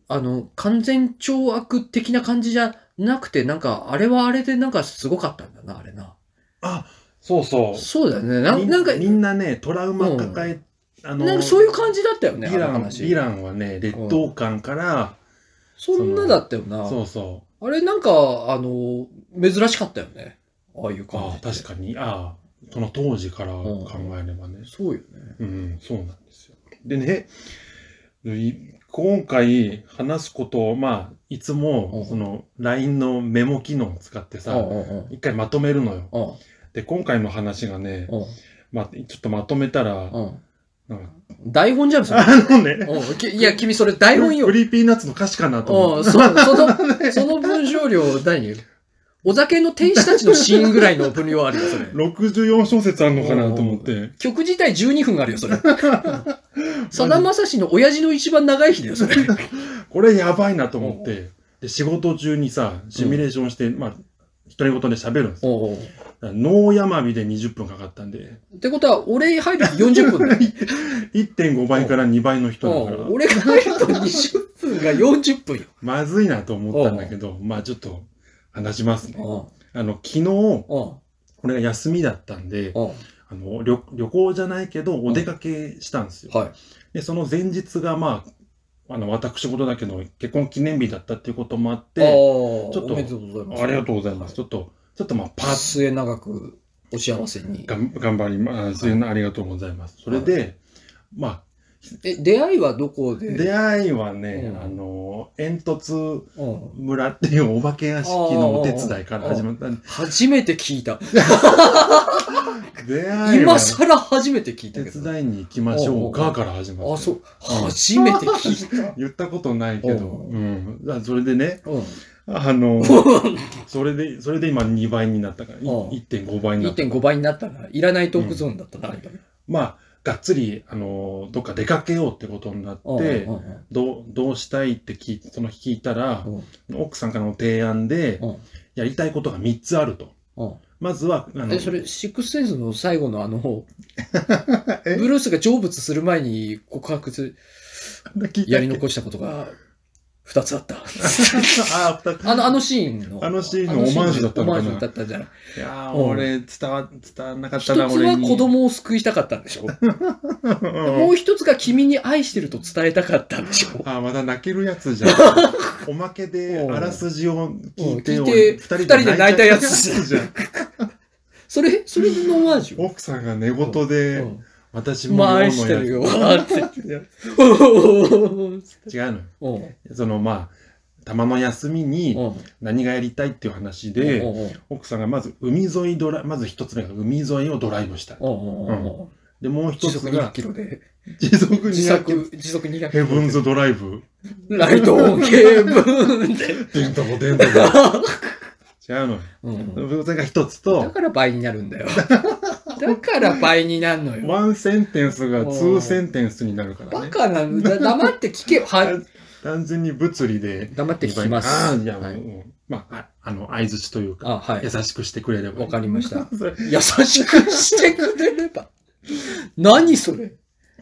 あの、完全懲悪的な感じじゃなくて、なんか、あれはあれでなんかすごかったんだな、あれな。
あ、そうそう。
そうだよね。な
み
なんか、
みんなね、トラウマ抱え、あの、
なんかそういう感じだったよね、
ヴィ
あの
ラン、
話
ヴィランはね、劣等感から、
そんなだったよな。
そうそ
あれなんか、あの、珍しかったよね。ああいう
う。
感じ
あ
って。
あ、確かに、ああ、その当時から考えればね。
そうよね。
うん、そうなんですよ。でね、い今回話すことを、まあ、いつ
う
も
ん、
その、LINE のメモ機能を使って
うん
さ、
うんうん
一回まとめるのよ。
うん
で、今回の話がね、
う
まあ、ちょっとまとめたら、
んうん
なんか
台本じ ゃん、それ。
あのね、
うんきいや、君それ台本よ
ク。リーピーナッツの歌詞かなと思って。
うん、そそ の、その文章量、何お酒の天使たちのシーンぐらいの分量あるよ、それ。
64小節あるのかなと思って。
曲自体12分あるよ、そ れ。さだまさしの親父の一番長い日だよ、それ。
これやばいなと思って。で、仕事中にさ、シミュレーションして、まあ、独り言で喋るんですよ。
おうおう
だから脳山火で20分かかったんで、
ってことは、俺入ると40分だよ。
1.5倍から2倍の人だから
うん、俺が入ると20分が40分よ。
まずいなと思ったんだけど、まあちょっと話しますね。
う
あの、昨日、
ん、うん、
俺が休みだったんで、
うん。
あの旅旅行じゃないけど、お出かけしたんですよ。
はい。
で、その前日が、まあ、あの、私事だけど、結婚記念日だったっていうこともあっ
ああ
て、
ー
ちょっと
おめでとうございます。
ありがとうございます。
は
ちょっと、ちょっとまあ、パ
い。
ー
末永くお幸せに。
がん頑張ります。そういうのありがとうございます。それで、まあ、
え、出会いはどこで
出会いはね、
うん
あの、煙突
うん
村っていうお化け屋敷のお手伝いから始まった。
初めて聞いた。
出会いは
今更初めて聞いた
手
けど。
伝いに行きましょうかから始ま
あ、
った
そ。う。初めて聞い
言ったことないけど、
お
う
う
ん。だからそれでね、
た。うん。
あ の、それで、それで今2倍になったから、い
おう
1.5倍になった。
1.5倍になったな。いらないトークゾーンだったな、今。
まあ、がっつり、あの、どっか出かけようってことになって、
うん
どう、どうしたいって聞いその聞いたら
う、ん
奥さんからの提案で、
うん
やりたいことが3つあると。
うん
まずは、あ
うん
の
え、、それ、シックスセンスの最後のあの、ブ
え
ルースが成仏する前に告白する、
聞いた
や
っ
り
け
残したことが二つあっ た。
あー、二つ
あの、あのシーンの。
あのシーンのオマージュだったのかな
オマージュだったんじゃない
いやー、
うん
俺、伝わ、伝わんなかっ
一つ
たな、
は
俺に。
子供を救いたかったんでしょ
うん
もう一つが君に愛してると伝えたかったんでしょ
あー、まだ泣けるや つじゃん。おまけで、
うん
あらすじを聞いて、
うん聞いて
俺二
二人で泣いたやつ
泣いたや つじ
それ、それのオマージ
ゃ
ュ
ん。奥さんが寝言で、
うん
私も
まあ
もう
愛してるよ。って。
いや
うん
違うのよ。
うん
その、まあ、たまの休みに
うん
何がやりたいっていう話で、
うんうん
奥さんがまず海沿いドライ、まず一つ目が海沿いをドライブしたい。
うんうんうん
で、もう一つ
時速
が
200キロで。
持続200
時速、時速200キ
ヘ
ロ
ブン
で。
ズドライブ。
ライトオンゲームで。
でんとこでんとこ。違うのよ。
うん
それが一つ
だ
と、
から倍になるんだよ。だから倍になるのよ。
ワンセンテンスがツーセンテンスになるから
バ
ね。
カなの。だ黙って聞けよ。はい。
完全に物理で。
黙って聞きます。
ああ、いや、
はい
うんまあ、ああの、相槌というか、
あ、はい
優。しくしてくれればいい。
わかりました。
それ
優しくしてくれれば。何それ。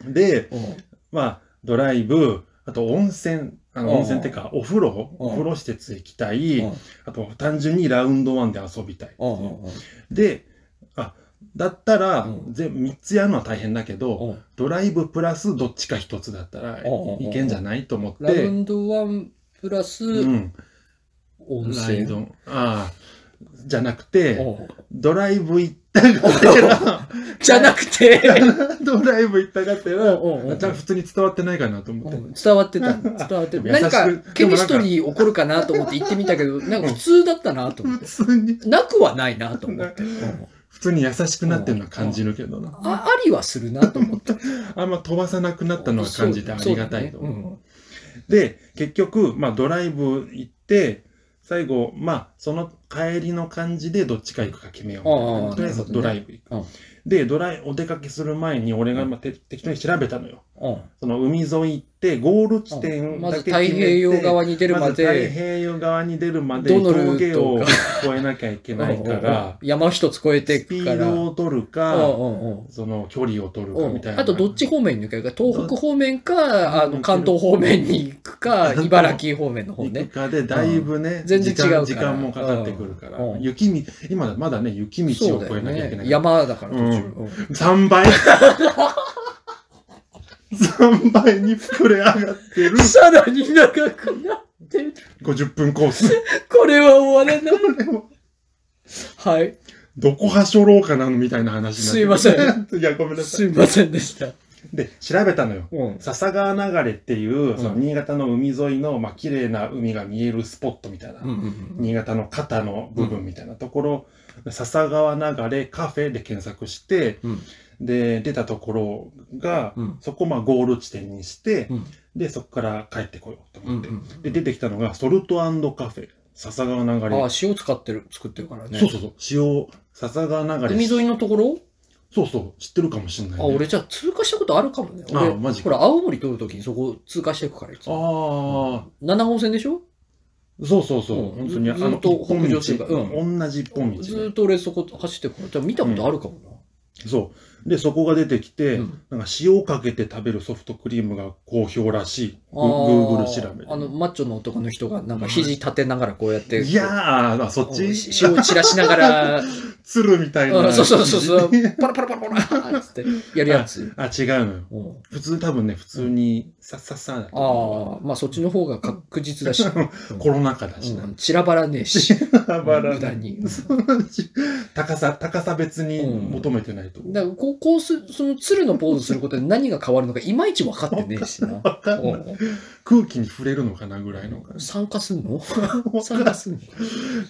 で、
うん
まあ、ドライブ、あと温泉、あ
うん
の温泉っていうか、お風呂、
うん
お風呂施設行きたい
うん、
あと単純にラウンドワンで遊びたいっていう
うんうん
で、あ、だったら、
うん
ぜ3つやるのは大変だけど、
うん
ドライブプラスどっちか1つだったら
うんうん
いけんじゃないと思っ
ラウ
て、
ンドワンプラス
うん、
温
ライ
泉。
ド、ああ、じゃなくて、
うん
ドライブ行ったがてら、
じゃなくて、
ドライブ行ったがてら、
うんうんうん
じゃあ普通に伝わってないかなと思って。
うん伝わってた。伝わって
で
た。
も優し
何
く
か
でもなんか、
ケミストリー起こるかなと思って行ってみたけど、なんか普通だったなと思って。
普通に、
なくはないなと思って。うん
普通に優しくなってるのは感じるけどな。
あありはするなと思って。
あんま飛ばさなくなったのは感じてありがたいと
そうだねうん
で、結局、まあ、ドライブ行って、最後、まあ、その帰りの感じでどっちか行くか決めようみたい
あ
な。
あ
とりあえ
なるほ
ず
どね
ドライブ行く。
うん
で、ドライ、お出かけする前に俺が、まあ、て適当に調べたのよ。その海沿い行って、ゴール地
うん
点
まず
だけ決めて、
太平洋側に出るま
ず太
で、
平洋側に出るまで
どのルー
峠
ト
を
か
越えなきゃいけないか
うん うんうん
ら、
山を一つ越えてい
スピ
くか
ー
ら。
ドを取る
うん
か、
うんうん
その距離を取るか
う
みたい
ん
な。
あとどっち方面に抜けるか、東北方面か、あ
うん
の関東方面に行くか、
うん
茨城方面の方
行く
ね。
かで、だいぶね、
ん全然違うから
時間時間もかかってくるから、
うん
雪道、今だまだね、雪道
そ
を
うだ
越え
よ
なきゃいけな
ね。
いから。
山だから途
う
中。うん
3倍 !3 倍に膨れ上がってる
さらに長くなってる。
50分コース。
これは終わらない。
でも
はい。
どこはしょろうかなみたいな話になって
すい
ま せん。いや、ごめんなさ
す
い。
いませんでした。
で、調べたのよ。
うん。
笹川流れっていう、その
うん
新潟の海沿いの、まあ、綺麗な海が見えるスポットみたいな。
うんうん
新潟の肩の部分みたいなところ、笹川流れカフェで検索して、
うん
で、出たところが、
うん
そこをまあゴール地点にして、
うん
で、そこから帰ってこようと
う
思
ん
って。
う
で、出てきたのが、ソルトカフェ、笹川流
ん。あ
れ。
あ、塩使ってる、作ってるからね。
そうそうそう、塩、笹川流れ。
海沿いのところ
そうそう、知ってるかもしれない、ね。
あ、俺じゃあ通過したことあるかもね。
あ
俺
マジか
ほら、青森通るときにそこ通過していくから、いつも。
あ
7号線でしょ
あ、そうそうそう、
うん
本当に、
ず
あの、
ずっと
一本
北上してるから
道、同じ一本道ね、
ずーっと俺そこ走ってくから。じゃあ見たことあるかも
そう。で、そこが出てきて、
な。うん。
なんか塩かけて食べるソフトクリームが好評らしい。グ
あー
Google 調べて。
あの、マッチョの男の人が、なんか肘立てながらこうやって。
いやー、あそっ
こう
ち
塩を散らしなが ら、
鶴みたい
うん
な。
そうそうそうそう。パラパラパラパラっつってやるやつ。
あ、違うのよ。
うん
普通、多分ね、普通に、さっさっさだけど
ああ、まあそっちの方が確 実だし、
コロナ禍だし
う
な。
ん散らばらねえし、
バラ
無駄に。
高さ、高さ別に求めてないと。
だからこうこうすその鶴のポーズすることで何が変わるのかいまいち分かってねえしな。
わかんない空気に触れるのかなぐらいの感じ。
参加す んの参加すんの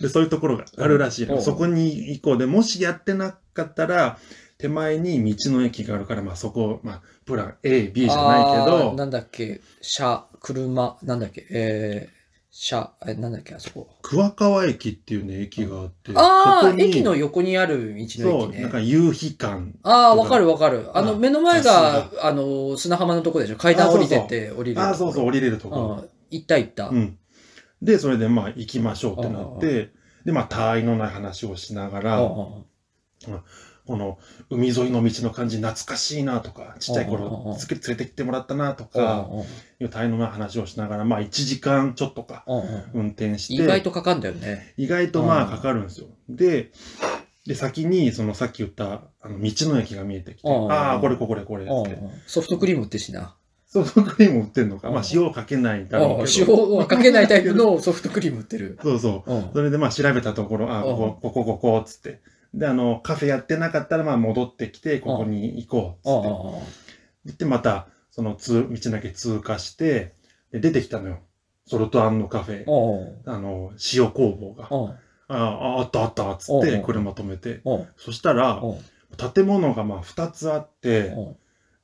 で、そういうところがあるらしいの
うん
そこに行こう。で、もしやってなかったら、手前に道の駅があるから、まあそこ、まあ、プラン A、B じゃないけ
あー
ど、
なんだっけ、車、車、なんだっけ、え車、え、なんだっけ、あそこ。
桑川駅っていうね、駅があって。
あ
そ
あ
こ、に
駅の横にある道の
そう、
駅
なんか
ね。
夕日館。
ああ、わかるわかる。あの、
うん
目の前
さ
が
す、
あの、砂浜のとこでしょ。階段降りてって降りるとこ。
ああ、そうそう、降りれるとこ
うん。行った行った。
ろ。うん。で、それでまあ行きましょうってなって、で、まあ、たわいのない話をしなが
あ
ら、
あ
この海沿いの道の感じ懐かしいなとか、ちっちゃい頃つけ連れてきてもらったなとか、いうたわいのない話をしながら、まあ1時間ちょっとか運転して、
意外とかかんだよね。
意外とまあ
うん
かかるんですよ。で、で、先にそのさっき言ったあの道の駅が見えてきて、
うん
ああ、これこれこれこれって。
ソフトクリーム売ってしな。
ソフトクリーム売ってんのか、ま
う
あ
ん
塩かけないだろうけ
塩
ど。
をかけないタイ プのソフトクリーム売ってる。
そうそう。
うん
それでまあ調べたところ、あ、
うん
ここ、ここ、ここ、っつって。で、あの、カフェやってなかったら、まあ戻ってきて、ここに行こう、
ああ
つって。で、また、その通、道だけ通過して、で、出てきたのよ。ソルトアンのカフェ。
あ
あの、塩工房が。
あ
ああ、あったあった、つっ
おうお
て、
う
車止めて。
ああ
そしたら
あ、あ
建物がまあ2つあって、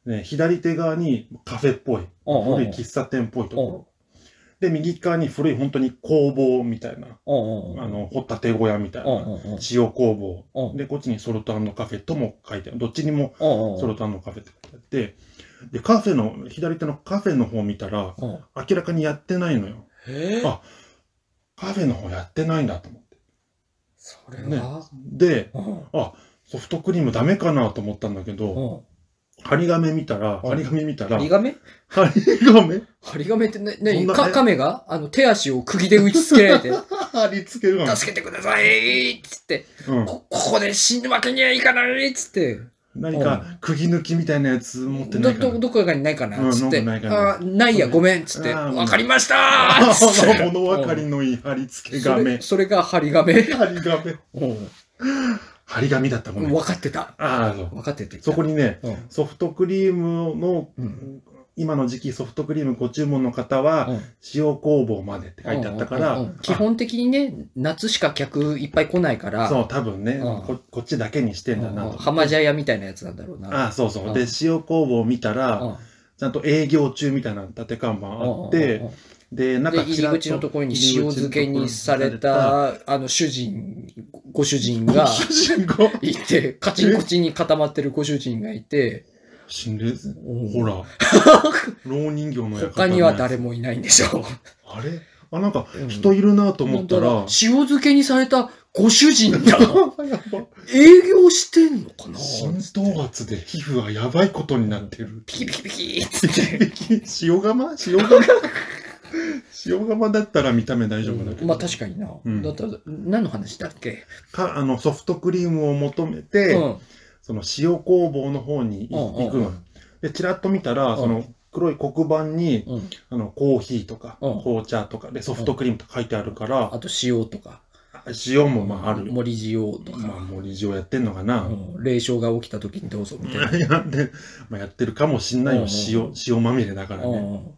ね、左手側にカフェっぽい、
おうおう
古い喫茶店っぽいところ。で、右側に古い本当に工房みたいな、あの、掘ったて小屋みたいな、塩工
お
房。で、こっちにソルトアンのカフェとも書いてある。どっちにもソルトアンのカフェって書いてあって、で、カフェの、左手のカフェの方見たら、明らかにやってないのよ。
え
あカフェの方やってないんだと思って。
それは
で、ソフトクリームダメかなと思ったんだけど、張り紙見たら、
うん
張り紙見たら、張
ハリ
り
ガメ
紙
ハリガメってね、
そ
ね
んな
か、
え
亀があの手足を釘で打ち付けら れて、
貼り付けるが
助けてくださいっつって、
うん、
こ、ここで死ぬわけにはいかないっつって、
何か釘抜きみたいなやつ持ってな
ど、
いかな。
ど、どこかにないかな
う
っ
ん
つって、
なんかないかな
あー、ないや、ごめんっつって、
あー
わかりました
あ
ーっつって。
の 物分かりのいい貼り付け
そ
画
れ
面。
それがハリガメ。
貼り画面。貼り紙だったもんね。
分かってた。
ああ、そう。
分かってて。
そこにね、
うん。
ソフトクリームの、
うん。
今の時期ソフトクリームご注文の方は、塩工房までって書いてあったから、
うんうんうんうん基本的にね、夏しか客いっぱい来ないか
あ
ら、
そう、多分ね、
うん
こ、こっちだけにしてんだなと。
浜茶屋みたいなやつなんだろうな。
ああ、そうそうう。
ん
で、塩工房見たら、
うん
ちゃんと営業中みたいな立て看板あっ
うん
て、
うんうん
で、中
で、入り口のところに塩漬けにされた、あの、主人、ご主人
が、
が
主人公
いて、カチンコチンに固まってるご主人がいて、
心霊
うん
ほら、 老人形の館、ね。
他には誰もいないんでしょ
あれあ、なんか、
う。
人いるなと思ったら、
塩漬けにされたご主人
や
が
ば
営業してんのかな
心頭圧で皮膚がやばいことになってる。
ピキピキピキっつって。
塩釜塩釜 塩釜だったら見た目大丈夫だけど。
まあ確かにな。
うん
だったら、何の話だっけ、
かあの、ソフトクリームを求めて、
うん。
その塩工房の方にい
うんうんうん
行くの。で、ちらっと見たら、
ん
その黒い黒板に、
うん。
あの、コーヒーとか、
うん
紅茶とか、で、ソフトクリームとか書いてあるから、
あと塩とか。
塩もまあある。
森塩と
まあ、
か。
森塩やってんのかな。
うん。霊障が起きた時にどうぞみたいな。
やって、 まあ、やってるかもしんないよ、
うんうん
塩、塩まみれだからね。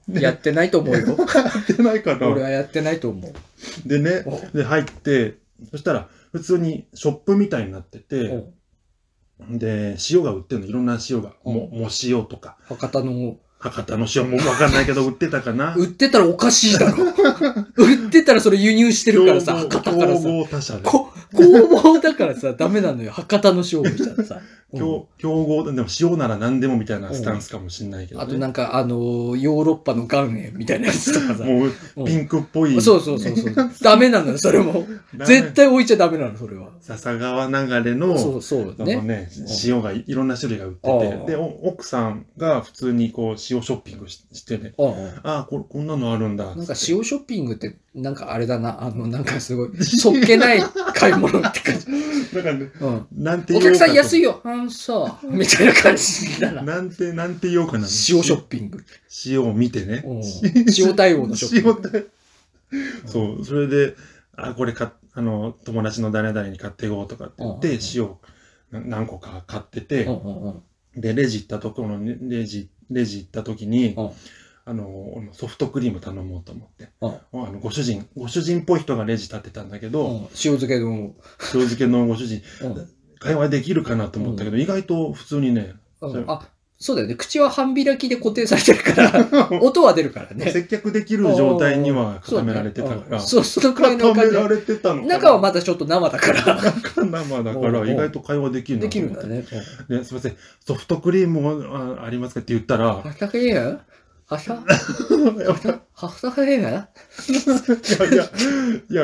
うんやってないと思う よ。
やってないか
俺
ら。
はやってないと思う。
でね、で、入って、そしたら、普通にショップみたいになって
う
て、
ん
で、塩が売ってるの、いろんな塩が、
うん
も、も塩とか、
博多の、
博多の塩もわかんないけ ど売ってたかな。
売ってたらおかしいだろ。売ってたらそれ輸入してるからさ、博多からさ。
競合他社で。
こ工房だからさ、ダメなのよ。博多の勝負しちゃってさ。うん
競競合、でも塩なら何でもみたいなスタンスかもしれないけど、ね。
あとなんか、あのーヨーロッパの岩塩みたいなやつとかさ。
もう
うん
ピンクっぽい。
そうそうそ うそう。ダメなのよ、それも。
ダメ
絶対置いちゃダメなの、それは。
笹川流れの、
そうそう
その
ね。
ね
うん、
塩がいいろんな種類が売って
ああ
て、で、お奥さんが普通にこう、塩ショッピングししてね、
ああ
ああ、ここんなのあるんだ。
なんか
つって
塩ショッピングって、なんかあれだな、あの、なんかすごい、そっけない買い物って感じ。
なんかね、
うん。
なんて
お
言おうか
客さん安い
よ。
よ、あんさ、みたいな感じだな。塩
なんて、なんて言おうかな。
ショッピング。
塩を見てね。
うん塩対応のショッピン
塩
グ。
対 そう、それで、あ、これか、あの、友達の誰々に買っていこうとかって言っ
うん
て、塩な何個か買って
うん
て、
うんうん
で、レジ行ったところの、レジ、レジ行った時に
うん、
あの、俺もソフトクリーム頼もうと思って、
うん
あのご主人、ご主人っぽい人がレジ立ってたんだけ
うん
ど、
塩漬けの、
塩漬けのご主人、
うん
会話できるかなと思ったけど、意外と普通にね、
うんあ、そうだよね。口は半開きで固定されて るから、音は出るからね。
接客できる状態には固められてたから。
そう、そのくらいの
固
感
め
じ
ら。れてたのかな
中はまだちょっと生だから。
中生だから意外と会話できるな
できるんだね。
ね、すみません、ソフトクリームあありますかって言ったら、
はたへやは た、
やっぱ
はたへや
いやいや、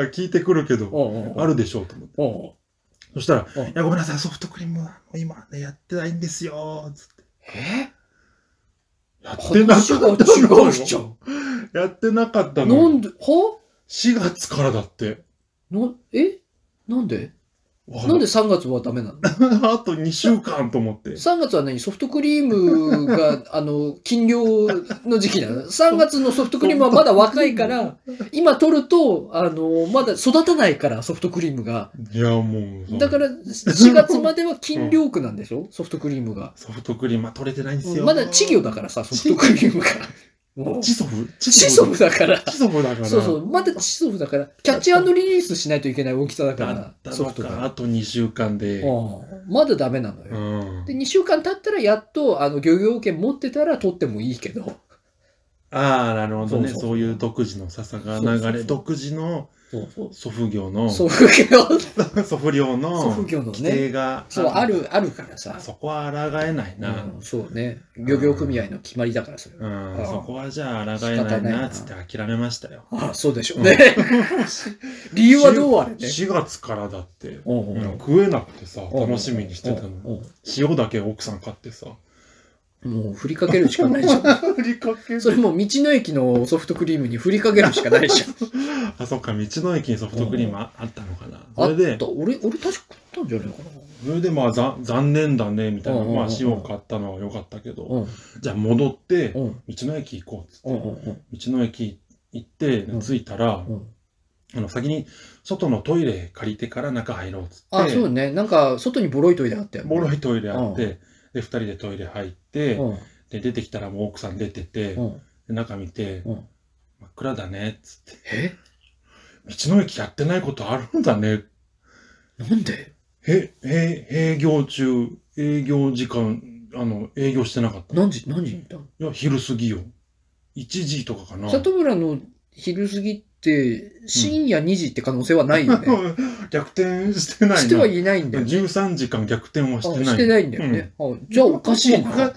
いや、聞いてくるけど、
おうおう
あるでしょうと思って。
おう
そしたら、
おう
いや、ごめんなさい、ソフトクリームは今ねやってないんですよ、つって。
え
やってなか
話が違
ったの
うじゃん。
やってなかった
な
のよ。
んで、は
4月からだって。
な、えなんで
わ
なんで3月はダメなの
あと2週間と思って。
?3 月は何ソフトクリームが、 あの、禁漁の時期なの ?3 月のソフトクリームはまだ若いから、今取ると、あの、まだ育たないから、ソフトクリームが。
いや、もう。
だから、4月までは禁漁区なんでしょソフトクリームが。
ソフトクリームは取れてないんですよ。
まだ稚魚だからさ、ソフトクリー ムが。もう、
チソフチ
チソフだから。
チソフだから。
そうそう、まだチソフだから、キャッチリリースしないといけない大きさだ
だ
か
った
ら、ソ
の
フト
か、
が。
あと2週間で。
うんまだダメなの
う
よ。
ん。
で、2週間経ったらやっと、あの、漁業権持ってたら取ってもいいけど。
ああ、なるほどね。
そうそう
そういう独自の笹が
そう
流
そうそ
れ、
う
独自の
そうそう。
祖父業の、
祖父業、
祖父量の
祖父業の
規定
ね。
が、
そう、ある、あるからさ。
そこは抗えないな。
うんそうね。漁業組合の決まりだから、それ
う
は。
ん、
うん
そこはじゃあ抗え
仕
な
方
い
ないな
な、つって諦めましたよ。
ああ、そうでしょうね。 理由はどうあれね。
4月からだって、
うんうん
うん食えなくてさ、
うんうん
楽しみにしてた
う
の。
ん
塩だけ奥さん買ってさ。
うんもう振りかけ るしかないじゃん。
ふりかけ
それもう道の駅のソフトクリームに振りかけるしかないじゃん。
あ、そっか、道の駅にソフトクリーム ああったのかな。そ
あ
れ
っ
で
た。、俺、俺確か食ったんじゃないかな。
それでまあ、ざ残念だね、みたいな。
うんうんうん
まあ、塩買ったのは良かったけど、
うん。
じゃあ戻って、
う
道
ん。
の駅行こうっつって、
うん。
道
うん。
の駅行って
うん
着いたら、
うん。
あの先に外のトイレ借りてから中入ろうっつって
あ、そうね。なんか、外にボロいトイレあったよね。
ボロいトイレあって、で2人でトイレ入って、
うん。
で出てきたらもう奥さん出てて、
うん。
で中見て、
うん
真っ暗だねっつって
え
道の駅やってないことあるんだね
なんで
へへ営業中営業時間あの営業してなかったい
何時、何時に行ったの
や昼過ぎよ1時とかかな
里村の昼過ぎって、深夜2時って可能性はないよね。
逆転して ないな
してはいないんだよね。
13時間逆転は
あ
してない。
してないんだよね。あじゃあおかしい
おか
な。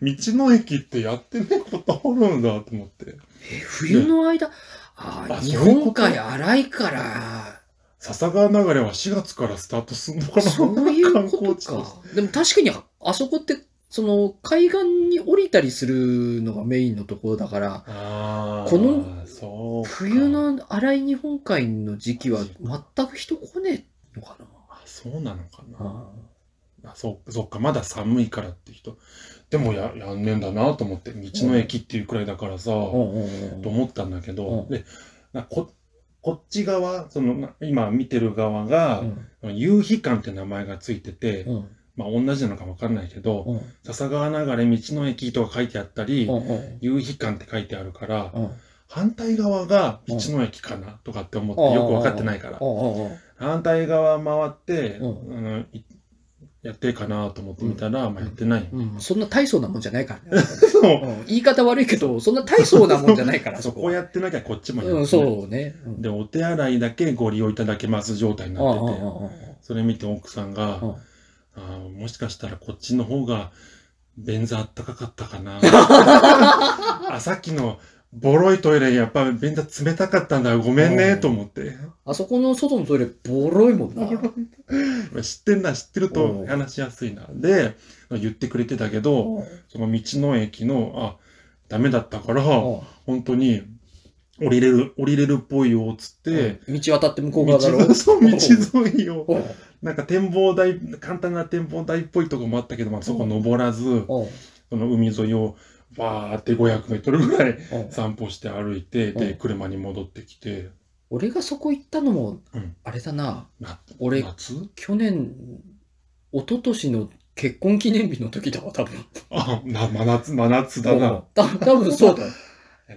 道の駅ってやってないことあるんだと思って。
え、冬の間、あ
あ、
日
そういうこ
本
と
海荒いから、
笹川流れは4月からスタートするのかな
そういうこ
観光
と
地とし
か
て。
でも確かにあ、あそこって、その、海岸に降りたりするのがメインのところだから、
ああ。
この
そうか
冬。の荒い日本海の時期は全く人来ねえのか
あそうなのかな。
な。
あそうそっか、まだ寒いからって人。でもややんねえんだなと思って、道の駅っていうくらいだからさ、
うんうん
と
うん
思ったんだけど、
うん
でなこ、こっち側、そのな今見てる側が、夕日館って名前がついてて、
うん
まあ同じなのかわかんないけど、
うん
笹川流れ道の駅とか書いてあったり、
うんうん
夕日館って書いてあるから、
うん
反対側が道の駅かなとかって思ってよく分かってないから、
うんうん
反対側回って、
う
あのいやってるかなと思ってみたら、まあやってない。
うんそんな大層なもんじゃないからね。
そう
うん言い方悪いけど、そんな大層なもんじゃないから、
そ
そ
こ
こ。
やってなきゃこっちもやって
う
ない
ん、そうね。うん
で、お手洗いだけご利用いただけます状態に
うんう
なって
ん
て、
うんうん
それ見て奥さんが、
うん
あーもしかしたらこっちの方が便座あったかかったか なあさっきのボロいトイレやっぱ便座冷たかったんだごめん
う
ね
ん
と思って
あそこの外のトイレ、ボロいもんな。
知ってんな知ってる
う
と
ん
話しやすいなで言ってくれてたけど
うん
その道の駅のあダメだったから
うん
本当に降りれる降りれるっぽいよっつって、
うん道渡って向こ
道
う側だろ
沿いそう道沿いを
おう
なんか展望台簡単な展望台っぽいとこもあったけど、まあ、そこ登らず、
おう
その海沿いをバーって500メートルぐらい
おう
散歩して歩いて、
う
で、
ん
車に戻ってきて、
俺がそこ行ったのも
うん、
あれだな、
な
俺
夏
去年、一昨年の結婚記念日の時だわ、多分。
あ、な、真夏、真夏だ
お
な。
うた多 分そうだ。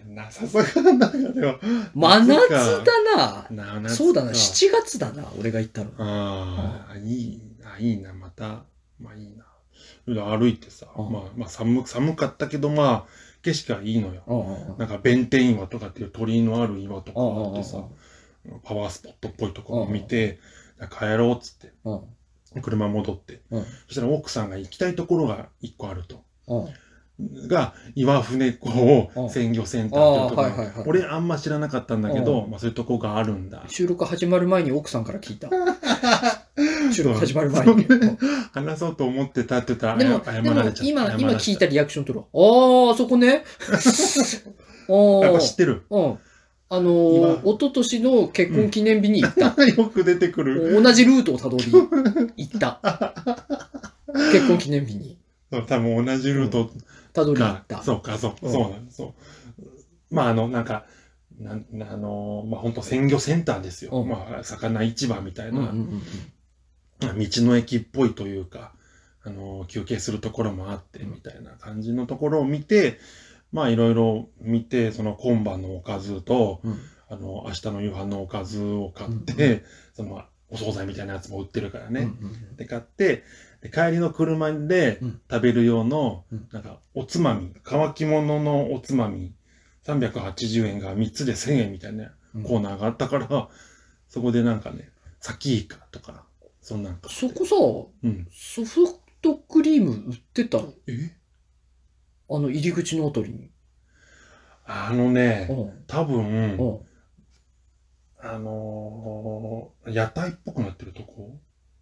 な ささかなでは。
真夏
か
だな。
な夏
そうだな、
か
7月だな、俺が行ったの。
ああ、いい、あ、いいな、また。まあいいな。歩いてさ、
うん
まあ、まあ寒、寒かったけど、まあ、景色がいいのよ。
うんうんうん
なんか、弁天岩とかっていう鳥居のある岩とか
うん
あ
う
っ
んうん
てさ、パワースポットっぽいところ見て、帰ろうっつって、
うん
車戻って。
うん
そしたら奥さんが行きたいところが一個あると。
うん
が、岩船港
うん
鮮魚センターっていうとこ
あーはいはいはい
ろ。俺あんま知らなかったんだけど、
う
まあそういうとこがあるんだ。
収録始まる前に奥さんから聞 いた。収録始まる前に。
そんな 話そうと思ってたって言ったら、
でも、
謝ら
でも
れちゃった。
今、
謝られちゃ
今
った
聞いたリアクション取ろう。ああ、そ こね。
やっ
あ
ぱ知ってる。
あ、うん。あのー、
今
一昨年の結婚記念日に行った。
よく出てくる。
同じルートをたどり行った。結婚記念日に
そう多分同じルート
たどり行
か
っ。た。
そうか、そう、
うん
そうなの、そう。まあ、あの、なんか、なんあのまあ、本当鮮魚センターですよ。
うん
まあ、魚市場みたい
うんうん
な、
うんうん
道の駅っぽいというか、あの休憩するところもあって、みたいな感じのところを見て、まあ、いろいろ見て、その今晩のおかずと、
うん
あの、明日の夕飯のおかずを買って、その、お惣菜みたいなやつも売ってるからね。
うんうん
で買ってで帰りの車で
うん
食べる用の、
うん
なんかおつまみ乾き物のおつまみ380円が3つで1000円みたいな
うん
コーナーがあったから、そこでなんかねサキイカとかそんなんか
そこさ、
うん
ソフトクリーム売ってたの
え
あの入り口のあたりに。
あの
う
ね
ん
多分、
うん
あのー屋台っぽくなってるとこ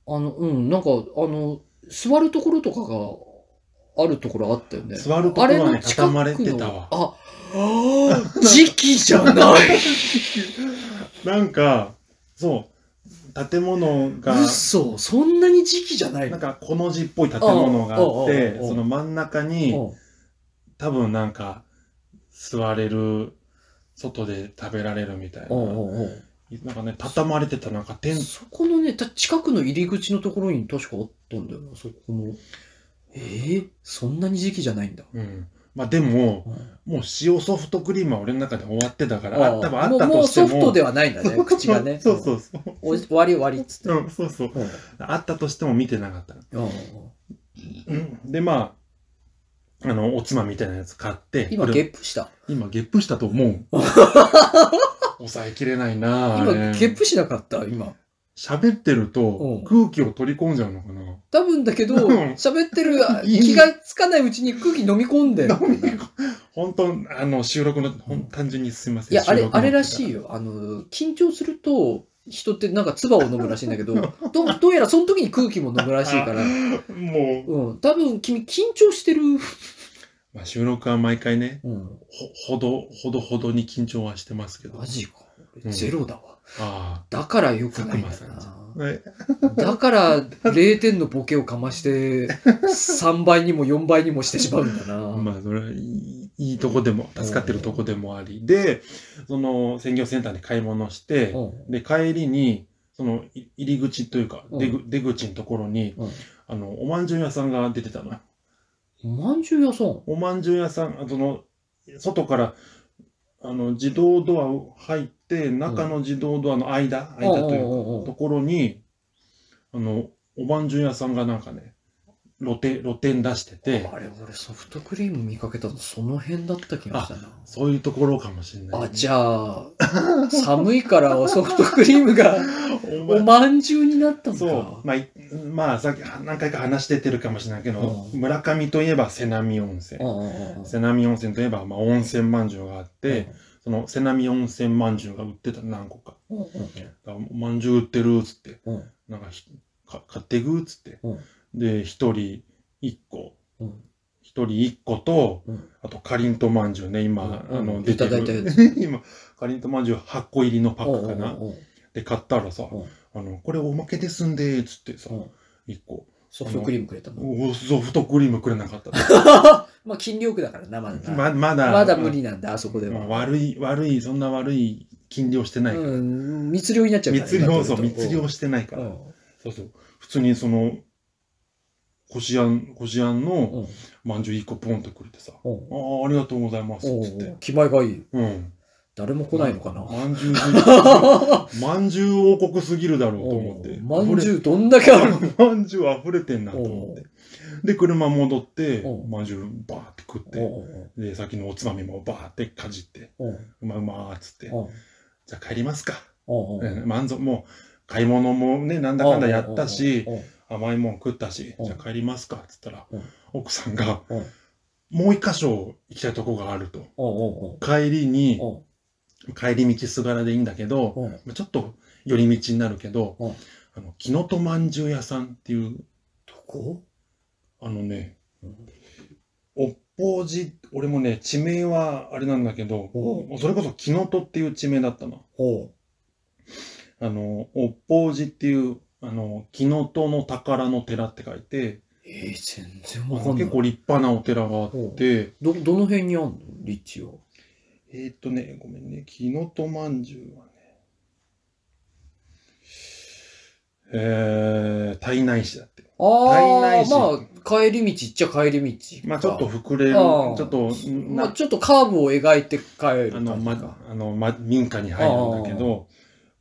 あの、うん、なんか、あの、座るところとかがあるところあったよね。
座るところはね
く
畳
の
まれてたわ
あ、あー時期じゃない。
なんかそう建物が
嘘、そんなに時期じゃない
な
の
んかこの字っぽい建物があっ
あああ
て
あああ
その真ん中に、
うん
多分なんか座れる外で食べられるみたいな、
うんうんうん
なんかね畳まれてたなんかテン
そこのね、た近くの入り口のところに確かあったんだよな、そこの。えー、そんなに時期じゃないんだ。
うんまあでも
うん
もう塩ソフトクリームは俺の中で終わってたから
ー
あ多分あった
もうも
と
う
して
ソ
も。
フトではないんだね、口が ね
そうそうそう、
お終わり終わりっつって。
うん、そうそう
うん
あったとしても見てなかった、
うんうん
うん、でまああのおつまみみたいなやつ買ってこ
今、
れ
ゲップした。
今ゲップしたと思 う抑えきれないなあ
今、
れ
ゲップしなかった、今。
喋ってる
う
と
ん
空気を取り込んじゃうのかな
多分だけど、
うん
喋ってるあ
いい
気がつかないうちに空気飲み込んで。
本当、あの、収録の、ほん単純にすみません。
いや、あ
収
れ、
録の
あれらしい。よ。あの、緊張すると、人ってなんか唾を飲むらしいん だけど、どうどうやらその時に空気も飲むらしいか
も
ら、
う、
うん、多分君緊張してる。
まあ、収録は毎回ね、
うん、
ほ、ほど、ほどほどに緊張はしてますけど。
マジか。
うん
俺ゼロだわ。
あ
だから良くないんだ
佐久間
な。
あ。え
だから0点のボケをかまして、3倍にも4倍にもしてしまうんだな。
まあ、それはいい、いいとこでも、助かってるとこでもあり。で、その、鮮魚センターで買い物して、
うん
で、帰りに、その、い入り口というか、
うん
出ぐ出口のところに、
うん
あの、おまんじゅう屋さんが出てたのよ。
おまんじゅう屋さん。
おまんじゅう屋さん、あその、外から、あの、自動ドアを入って、中の自動ドアの間、間という
うんうんうん
か、
うん
ところに、あの、おまんじゅう屋さんがなんかね、露店、露店出してて、
あれ、俺ソフトクリーム見かけたのその辺だった気がしたな。
そういうところかもしれない、
あ、じゃあ、寒いからソフトクリー ムが
お
お
前
まんじゅうになったのか。
そう、まあい、まあ、さっきあ何回か話しててるかもしれないけど、
うん
村上といえば瀬波温泉
う。んうんうんうん
瀬波温泉といえば、まあ、温泉まんじゅうがあって、、その瀬波温泉まんじゅうが売ってた何個か。
うんうん
だからまんじゅう売ってるっつって、
うんうん
なんかひか買ってくっつって、
うん
で一人一個
うん
一人一個と
うん
あとかりんとまんじゅうね今、
うん
あ
う
の
ん
出てる
いただいたや
今かりんとまんじゅう8個入りのパックかな
うんうんうん
で買ったらさ、
うん
あの「これおまけですんで」っつってさ、
うん
一個
ソフトクリームくれたの。
おソフトクリームくれなかった
まあ、筋力だからな、まだ な。
ままだ
まだ無理なんだ、あそこで
まあ
は。
悪い悪いそんな悪い禁漁してないから、
うん、密漁になっちゃうから。
密漁そう
今取
密
ると
漁してないから、
うん
そうそう普通にそのこしあんこしあんの、
うんうん
まんじゅう一個ポンってくれてさ、あ
うん
あ、ありがとうございます、
う
つっ
ん
て。
気前がいい。
うん。
誰も来ないのかな。
まんじゅうじ、まんじゅう王国すぎるだろうと思って。
まんじ
う
ゅうどんだけあるの
まんじゅう溢れてんなと思って。で、車戻って、
おう
まんじゅうバーって食って、
おう
で、先のおつまみもバーってかじって、
おうおう
うまうまーっつって、
おう
じゃあ帰りますか。
おうおう
うん満足、もう、買い物もね、なんだかんだやったし、
おう
甘いもん食ったし、
うん
じゃあ帰りますか、っつったら
うん、
奥さんが
うん、
もう一箇所行きたいとこがあると。
おう
帰りに、
おう
帰り道すがらでいいんだけど、
おう
まあちょっと寄り道になるけど、
うん
あの、木のとまんじゅう屋さんっていう、
どこ
あのね
うん、
おっぽうじ、俺もね、地名はあれなんだけど、
おう
もうそれこそ木のとっていう地名だったな。
おう
あの、おっぽうじっていう、あの、木のとの宝の寺って書いて、
えー、全然わかんない。
結構立派なお寺があって、
ど、どの辺にあんの立地は。
えーっとね、ごめんね、木のとまんじゅうはね、えー、胎内市だって。胎
あ
内市
あ、まあ、帰り道っちゃ帰り道。
まあちょっと、膨れる、ち
あ
ょ
ー
っと、
まあ、
な
ちょっとカーブを描いて帰る
あ
感じか。
の、ま、あの、ま、民家に入るんだけど、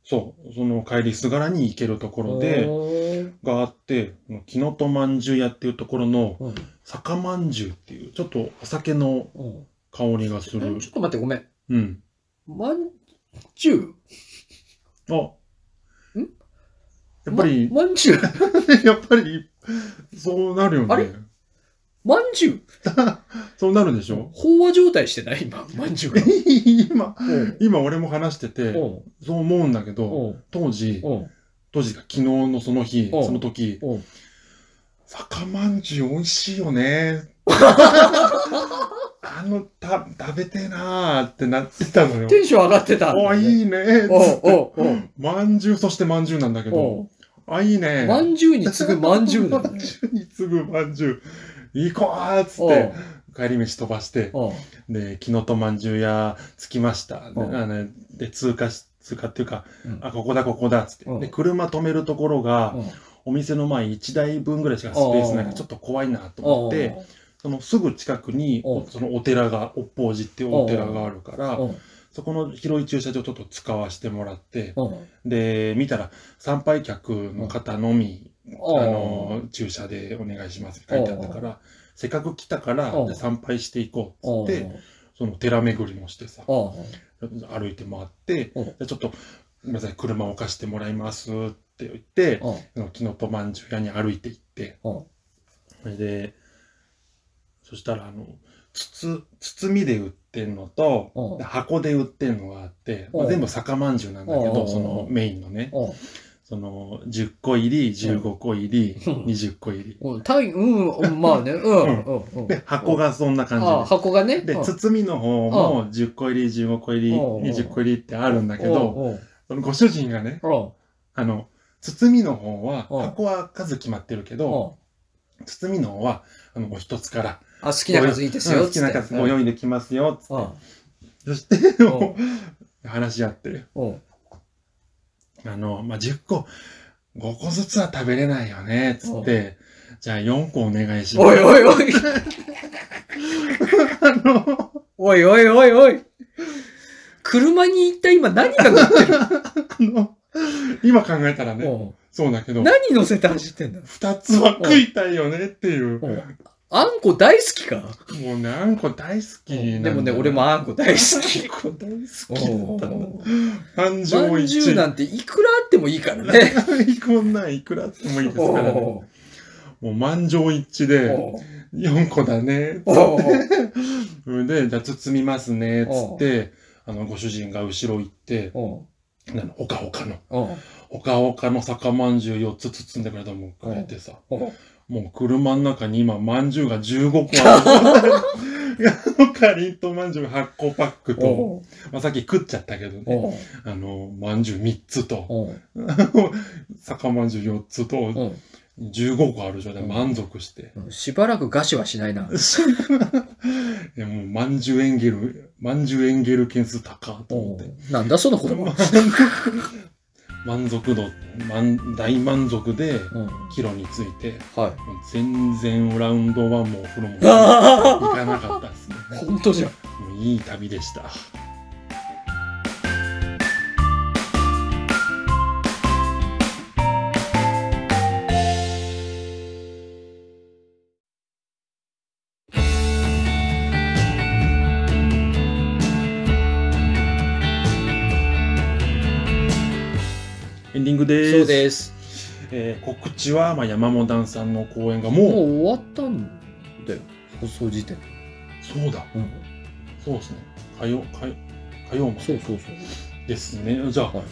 そう、その帰りすがらに行けるところで、
で、
があって、木のとまんじゅう屋っていうところの、
うん
酒まんじゅうっていう、ちょっとお酒の
うん
香りがする
え。ちょっと待って、ごめん。
うん。
まんじゅ
あ
んう
やっぱり、
ままんじゅう
やっぱり、そうなるよ
あれ
ね。
まんじゅう
そうなるでし ょ。
飽和状態してない今、まんじゅうが
今、
おう
今俺も話してて、
おう
そう思うんだけど、
おう
当時、
おう
当時が昨日のその日、
おう
その時
おう、
酒まんじゅう美味しいよね。あの、た、食べてえなーってなってたのよ。
テンション上がってた。
お、いいねー
お
つ
う
って
おうおう
まんじゅう、そしてまんじゅうなんだけど、
おう
あ、いいね
まんじゅうに次ぐまんじゅうだね。
に次ぐまんじゅう、行こうーっつ
お
っ
う
て、帰り道飛ばして、
おう
で、木のとまんじゅう屋着きました。で、
うん
あので通過し、通過っていうか、
うん
あ、ここだ、ここだ、つって。
うん
で、車止めるところが、
おう
お店の前1台分ぐらいしかスペースないから、
うん
ちょっと怖いなと思
おう
って、そのすぐ近くに
う、ん
そのお寺が、おっぽうじっていうお寺があるから
お、う
そこの広い駐車場ちょっと使わせてもらって、
おう
で、見たら、参拝客の方のみ、あ
おう
の、駐車でお願いしますって書いてあったから、せっかく来たから
うん、
で参拝していこう
お
っつって、その寺巡りもしてさ、
おう
歩いて回って
うん、
でちょっと、ごめんなさい、車を貸してもらいますって言って、
おう
その木のとまんじゅう屋に歩いて行って、
おう
それで、そしたら、あの、筒、包みで売ってんのと、
おう
で箱で売ってんのがあって、
うん
まあ全部酒まんじゅうなんだけ
う
ど、
ん
そのメインのね、
おう
その10個入り、15個入り、
うん
20個入り。
うん、単位、うんうん、まあね、うん、うん、うん。
で、箱がそんな感じ
ああ、箱がね。
で。
う
で、
ん
包みの方も10個入り、15個入り、
うんうん
20個入りってあるんだけど、
うん、うん
そのご主人がね、
うん
あの、包みの方は、
うん
箱は数決まってるけ
うん
ど、包みの方は、あの、お一つから、
あ、好きな数いいです
う
よ。
ん好きな数
う
ご
ん
用意できますよ、つって。そして、 話し合って、
うんうん
あの、まあ、10個、5個ずつは食べれないよね、つって、じゃあ4個お願いします。
おいおいおい、
あの、
おいおいおいおい。車に行った今何が乗ってる
あの、今考えたらね、
の
そうだけど、
何乗せて走ってんだ
二つは食いたいよねっていう。も
うんあんこ大好きか
うね、あんこ大好きなんだ
でもね、俺もあんこ大好 き。
あんこ大好きだったんだ。
ま
感情
ん
一
じゅうなんていくらあってもいいから ね。
こんなんいくらあってもいいですからね。も
おう
う満場一致で、
おう
4個だね。
おう
それで、じゃあ包みますね、つって、あの、ご主人が後ろ行って、
おう
あのほかほかの、
おう
ほかほかの酒まんじゅう4つ包んでくれたもんくれてさ、
おう
もう車の中に今、まんじゅうが15個ある。 あのかりんとまんじゅう8個パックと、
おう
まあ、さっき食っちゃったけどね、
おう
あの、まんじゅう3つと、
おう
酒まんじゅう4つと、
おう
15個ある状態で満足して。
しばらく餓死はしないな。
いやもう、まんじゅうエンゲル、まんじゅうエンゲル件数高っと思っ て。
なんだその子供。
満足度、満大満足で、
うん、
キロについて、
はい。
もう全然ラウンドワンもお風呂も行
あ
かなかったですね。
あ本当じゃん。
もういい旅でした。ディングです。
そうです。
えー告知は、まあ、山本ダンさんの公演が
もう
もう、
終わったんだよ。放送時点で。
そうだ、
うん。
そうですね。火曜、火曜、火曜まで
そうそうそう。
ですね。じゃあ、
はい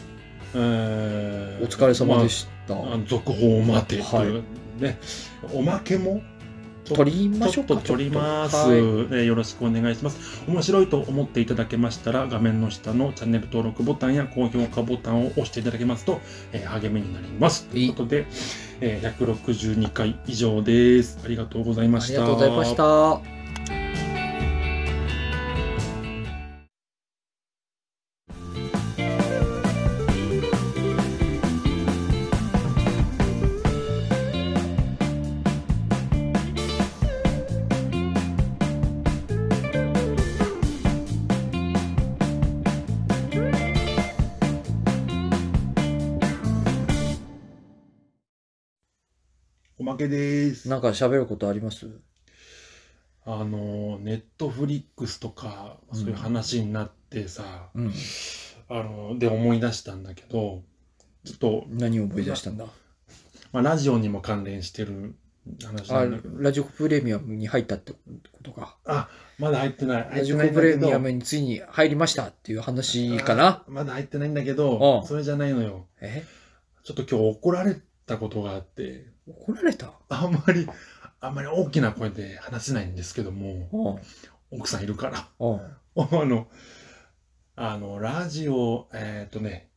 えー
お疲れ様でした。
まああの続報を待てという、
は
ね、おまけもと
取りまし
ち
ょ
ょ
う
っ
か。
と取ります、
はい
えーよろしくお願いします。面白いと思っていただけましたら、画面の下のチャンネル登録ボタンや高評価ボタンを押していただけますと、えー励みになります。と
い
い
いう
ことで、えー162回以上です。ありがとうございま
あ
し
り
た。
がとうございました。
おまけです。
なんか喋ることあります
あの、ネットフリックスとか、そういう話になってさ、
うん。
あの、で思い出したんだけど、ちょっと、
何を思い出したんだ
まあ、ラジオにも関連してる話な
あ
んだけど、
ラジコプレミアムに入ったってことか。
まだ入ってない。
ラ
入って
ジコ
ないん
プ
だ
レ
け
ミア
ど、
ムについに入りましたっていう話かな
まだ入ってないんだけ
う
ど
ん、
それじゃないのよ。
え
ちょっと今日怒られたことがあって、
怒られた
あんまり、あんまり大きな声で話せないんですけども、
うん。
奥さんいるから。
うん。
あの、あの、ラジオ、えっ、とね、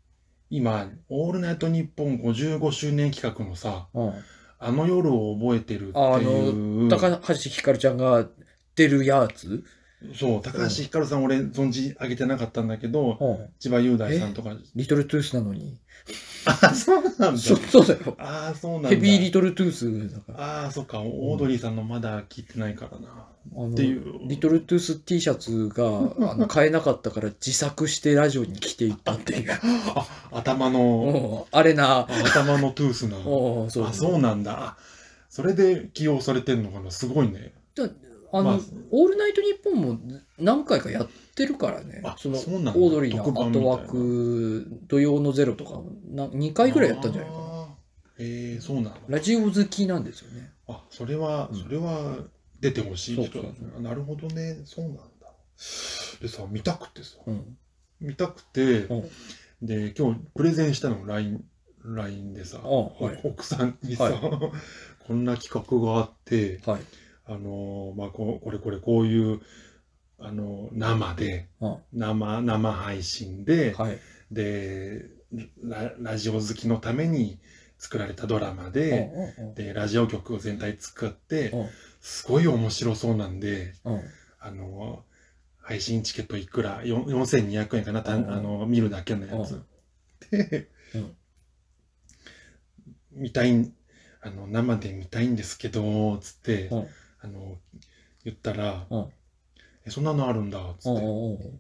今、オールナイトニッポン55周年企画のさ、
うん。
あの夜を覚えてるって
ああ
いう。
高橋ひかるちゃんが出るやつ
そう、高橋ひかるさん、俺、存じ上げてなかったんだけど、
うん。
千葉雄大さんとか。
リトルトゥースなのに。
あ、そうなんだ。
そそうだよ。
ああ、そうなんだ。
ヘビーリトルトゥースだから。
ああ、そっか、オードリーさんのまだ聞いてないからな。
あの
っていう
リトルトゥース T シャツ があの買えなかったから自作してラジオに着ていったっていう。
あ、頭の、
うんあれな。
あ頭のトゥースな。
うんそう
あ、そうなんだ。あそれで起用されてんのかな、すごいね。
あの、
まあ
オールナイトニッポンも何回かやってるからね。
あ
その、オ
そうなんだ
ードリーの
特番みたい
後
な
枠、土曜のゼロとか、な2回ぐらいやったんじゃないかな。
な。ええ、そうなんだ。
ラジオ好きなんですよね。
あ、それは
う、ん
それは出てほしい人だ
そう
ね
そう
あなるほどね、そうなんだ。でさ、見たくてさ、
うん。
見たくて
うん、
で、今日プレゼンしたの、LINE、LINE でさ、
あはい。
奥さんにさ、
はい
こんな企画があって、
はい。
あのーまあ、こうこれこれこういう、あのー生で、
うん
生、生配信で、
はい。
でラ、ラジオ好きのために作られたドラマ
うん
で、
うん
で、ラジオ局を全体使って、
うん
すごい面白そうなんで、
うんうん
あのー配信チケットいくら、よん4200円かな、た
うん
あのー見るだけのやつ。で、
うん
見たいん、あの、生で見たいんですけど、つって、
うん
あの、言ったら、
うん
え、そんなのあるんだ、つ
うん
って。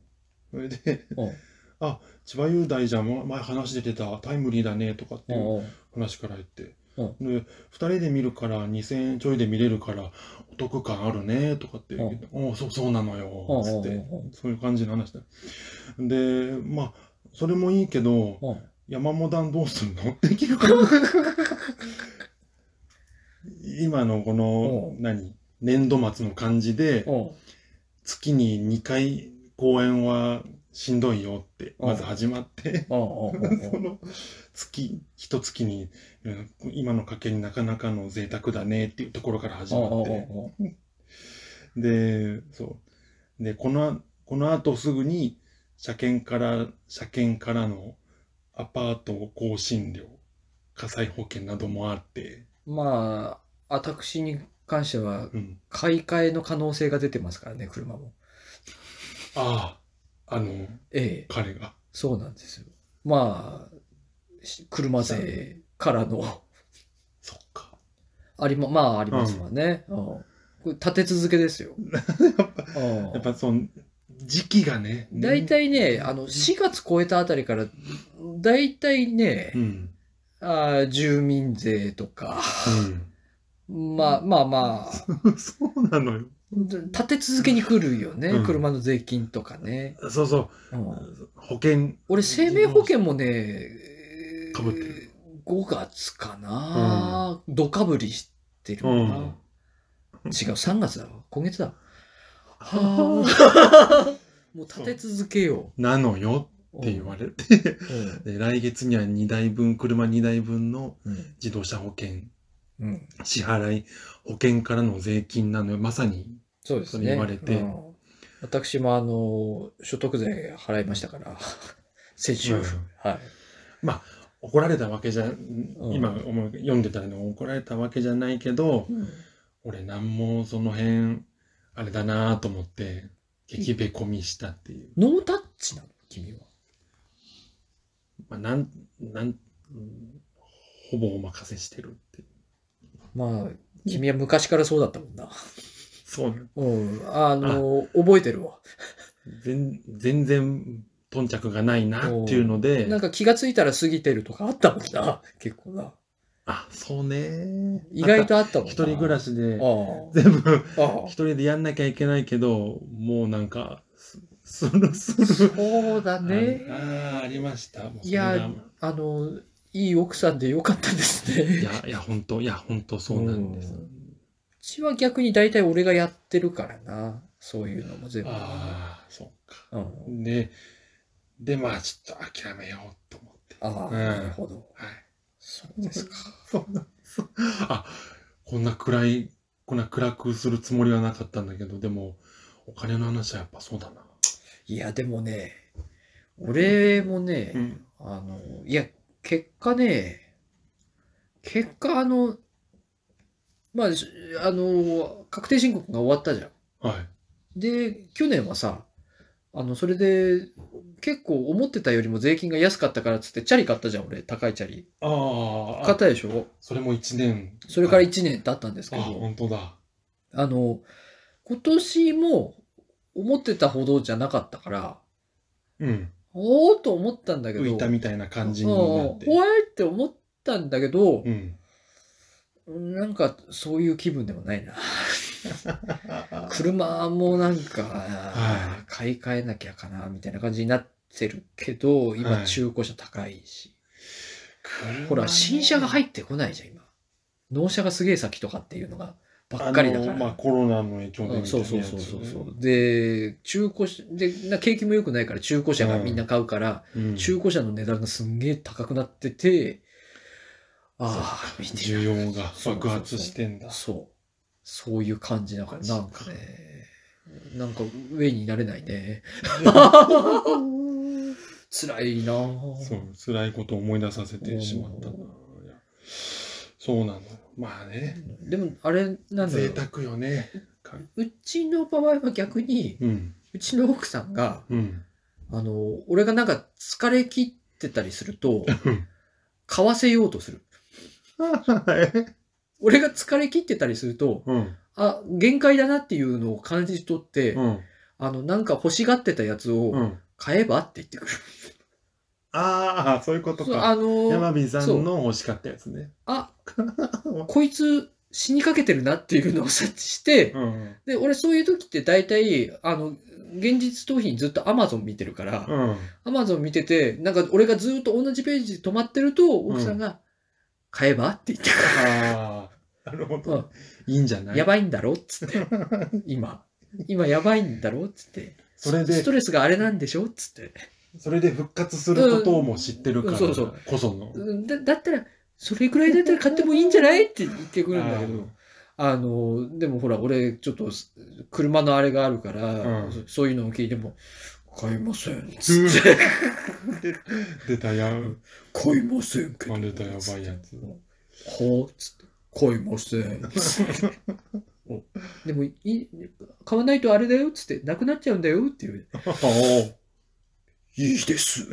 それで、
うん
あ、千葉雄大じゃん、もう前話出てた、タイムリーだね、とかって
う
いうん
うん
話から言って。
う
で、二人で見るから、2000円ちょいで見れるから、お得感あるね、とかって言って、おうそう、そうなのよ、つって。そういう感じの話だ。で、まあ、それもいいけど、
うん
山モダンどうする のできるかな今のこの、
う
何年度末の感じで、
うん
月に2回公演はしんどいよって、
うん
まず始まって、
うんうんうん
その月、一月に、うん今の家計になかなかの贅沢だねっていうところから始ま
うん
っ
うん
て、で、そう。で、この、この後すぐに、車検から、車検からのアパート更新料、火災保険などもあって、
うんまあ、私に関しては、
うん。
買い替えの可能性が出てますからね、車も。
ああ、あの、
ええ。
彼が。
そうなんですよ。まあ、し車税からの、
そっか。
ありま、まあありますわね。うんこれ立て続 けですよ。うん
やっぱその、時期がね。
大体ね、あの、4月超えたあたりから、大体ね
う、ん。
あー住民税とか、
う
まあまあまあ、
ん。 そうなのよ。
立て続けに来るよね
う。ん
車の税金とかね。
そうそう。
うん
保険。
俺、生命保険もね、
被ってる
5月かな、ドカぶりしてるかな、違う、3月だわ。今月だ わ。はあ。もう立て続けよ
なのよ
う。
って言わ
れ
れて、
る。
で来月には2台分、車2台分の
うん。
自動車保険、
うん。
支払い、保険からの税金なのよ。まさに、
そうですね。
それ言われて
うん私もあの、所得税払いましたから、先週。
うん
はい。
怒られたわけじゃ、今
うん
思う読んでたの怒られたわけじゃないけど、俺なんもその辺、あれだなぁと思って、激べこみしたっていう。
ノータッチなの君は。
まあ、なん、なん、うんほぼお任せしてるって。
まあ、君は昔からそうだったもんな。
そうなの
うん。あの、覚えてるわ。
全全然、頓着がないなっていうので
なん、か気がついたら過ぎてるとかあったもんな。 結構な。
あ、そうね。
意外
あっ
とあったも
た。
ん
一
な。
人暮らしで、
あ
全部、
あ。ああ
一。人でやんなきゃいけないけど、もうなんか、すするする。
そうだね。
ああー、ありました。もうそ
い
れが
や、あの、いい奥さんでよかったですね。
いや、いや、本当いや、本当そうなんです。
うんうちは逆に大体俺がやってるからな。そういうのも全部。
ああ、そっか。
うん、
で、で、まあ、ちょっと諦めようと思って。
ああ、
うん
なるほど。
はい。
そうですか。
そうなんです。あ、こんな暗い、こんな暗くするつもりはなかったんだけど、でも、お金の話はやっぱそうだな。
いや、でもね、俺もね、
ん。
あの、いや、結果ね、結果あの、まあ、しあの、確定申告が終わったじゃん。
はい。
で、去年はさ、あの、それで、結構思ってたよりも税金が安かったからっつって、チャリ買ったじゃん、俺、高いチャリ。
あ
買ったでしょ
それも1年。
それから
1
1年経ったんですけ
あ、
ど、
本当だ。
あの、今年も思ってたほどじゃなかったから、
うん。
おーっと思ったんだけど、
浮いたみたいな感じに
うん
な
うん
って。
ほえって思ったんだけど
う、ん。
なんかそういう気分でもないな。車もなんか
は、
買い替えなきゃかな、みたいな感じになってるけど、
は
今
い
中古車高いし。ほら、新車が入
っ
ってこないじゃん、今。納車がすげえ先とかっていうのがばっかりだから。
まあ、コロナの影響でみたいなやつ
そうそうそうそうそう。で、中古車、で、な景気も良くないから中古車がみんな買うから、
うん
中古車の値段がすんげえ高くなってて、ああ、見て
需要が爆発してんだ。
そう。そういう感じだから、なんかね、なんか上になれない ね。辛いなぁ
そう、辛いことを思い出させてしまったな。いやそうなの。まあね、
でも、あれなんだろ
贅
う。
沢よね。か
うちの場合は逆に、
うん、
うちの奥さんが、
うん。
あの、俺がなんか疲れ切ってたりすると、買わせよう とする。俺が疲れ切ってたりすると、
うん、
あ、限界だなっていうのを感じ取って、
うん、
あの、なんか欲しがってたやつ
う
を
ん。
買えばって言ってくる。
ああ、そういうこと
そう
か。
あの
山火さんの欲しかったやつね。
あ、こいつ死にかけてるなっていうのを察知して、
うん、
で、俺そういう時って大体、あの、現実逃避にずっと Amazon 見てるから、
うん。
アマゾン見てて、なんか俺がずーっと同じページで止まってると、奥さんが、買えばって言ってく
ああ、なるほど。いいんじゃな
る。
い
やばいんだろっ つって。今。今やばいんだろっつって。
それ
ス
で
ト、レスがあれなんでしょっつって。
それで復活することをも知ってるから
うんそうそう
こその。
うんだだったら、それぐらいだったら買ってもいいんじゃないって言ってくるんだけ
あー
ど。あの、でもほら、俺、ちょっと、す車のあれがあるから、
うん
そそういうのを聞いても、買いません。つって。
出たや、
買いませんけど。
ま出たやばいやつ。
はあ、つって、買いません。つって おでもいい、買わないとあれだよ、つって、なくなっちゃうんだよ、っていう。
おう
いいです。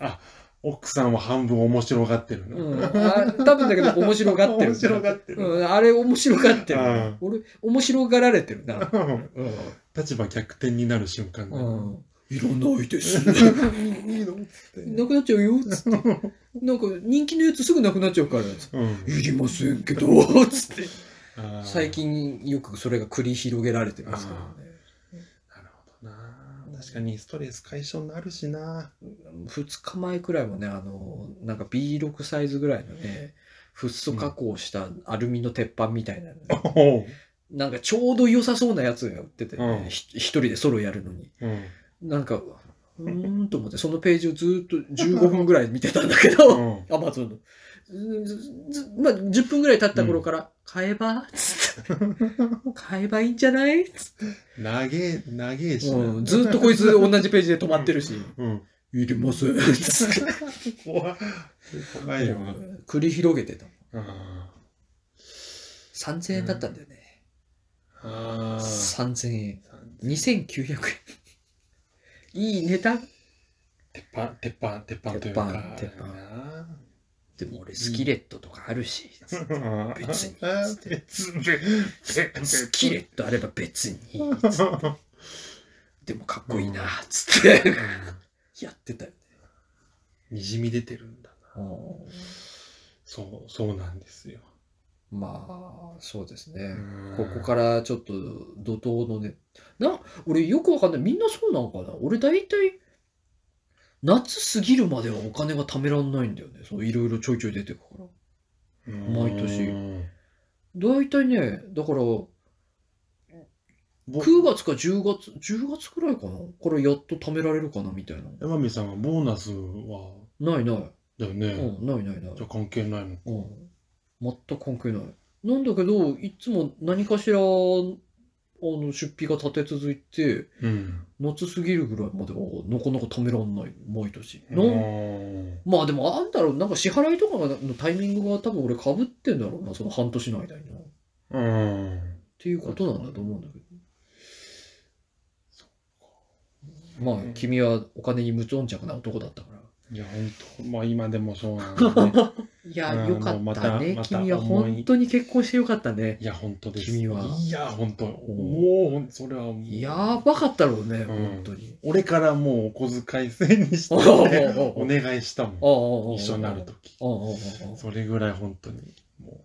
あ、奥さんは半分面白がってるな。
うん、あ多分だけど、面白がってる。
面白がってる
うん、あれ、面白がってる
うん。
俺、面白がられてるな。
立場逆転になる瞬間だ
う
よ
ん。いらないです。
い いのっつって
なくなっちゃうよ、つって。なんか、人気のやつすぐなくなっちゃうから、つって
うん
いりませんけど、つって。
あー
最近よくそれが繰り広げられてますけどね。
なるほどな確かにストレス解消になるしな。
2日前くらいもね、あの、なんか B6 サイズぐらいのね、フッ素加工したアルミの鉄板みたいなのね、
おう
なんかちょうど良さそうなやつが売っててね、
うん
ひ一人でソロやるのに。
うん。
なんか、うーんと思って、そのページをずっと15分ぐらい見てたんだけど、
うん
アマゾンの。ずずまあ、10分ぐらい経った頃から、買えばつって。買えばいいんじゃないつっ
長え、長え
て。
しな。
うんずっとこいつ同じページで止まってるし、
うん。
いりません。つって
怖い。怖いよ。
繰り広げてた。
あ
3000円だったんだよね。
あー。
3000円。2900円。いい値段
鉄板、鉄板、鉄板というか。
鉄板鉄でも俺スキレットとかあるし、
板
別に
別、別、別、
スキレットあれば別 に。
う
でもかっこいいな、つって。やってたよね。
んにじみ出てるんだな。そう、そうなんですよ。
まあ、そうですね。
うん
ここからちょっと怒涛のね。な、俺よくわかんない。みんなそうなのかな俺大体、夏過ぎるまではお金が貯めらんないんだよね。そう、いろいろちょいちょい出てくから。
うん
毎年大体ね、だから、9
僕
月か10月、10月くらいかなからやっと貯められるかなみたいな。
山美さんはボーナスは、
ないない。
だよね。
うん、ないないない
じゃ。あ関係ないのか。
うん、全く関係ない。なんだけど、いつも何かしら、あの、出費が立て続いて、
うん。
夏過ぎるぐらいまでは、なかなかためらんない、毎年。
あ
な
ー
まあでも、あんだろう、なんか支払いとかのタイミングが多分俺被ってんだろうな、その半年の間にな。っ
うん。
ていうことなんだと思うんだけど。まあ、君はお金に無頓着な男だったから。
いや、本当もう今でもそうなんだ ね。
い
うん
や、よか
もうま
ったたね。
また
君は本当に結婚してよかったね。
いや、本当です。
君はい
や、本当。
お
もう、それはもう。
やばかったろうね、
ん
本当に。
俺からもうお小遣い制にして、
おうおうおう
お願いしたもん。一
一
緒になるとき。
ああああああ
それぐらい本当に、も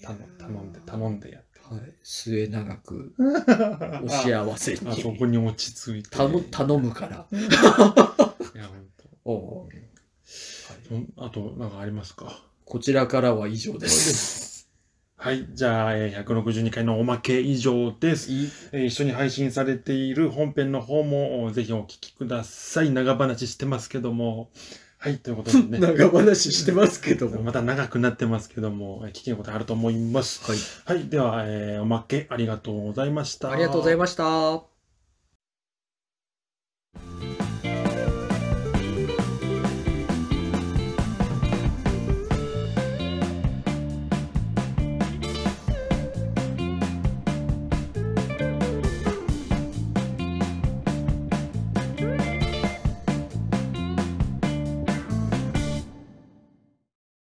う、頼頼んで、頼
で。
んでやって。
はい、末永くお
あ
幸せ
あそこ
に。
に落ち着いて。
頼頼むから。
いや、本当。
おうおう
そんあと、なんかありますか
こちらからは以上です。
はい。じゃあ、えー162回のおまけ以上です。
い
えー一緒に配信されている本編の方もおぜひお聞きください。長話してますけども。はい。ということ でね。
長話してますけども。
また長くなってますけども、えー聞けることあると思います。
はい、
はい。では、えーおまけありがとうございました。
ありがとうございました。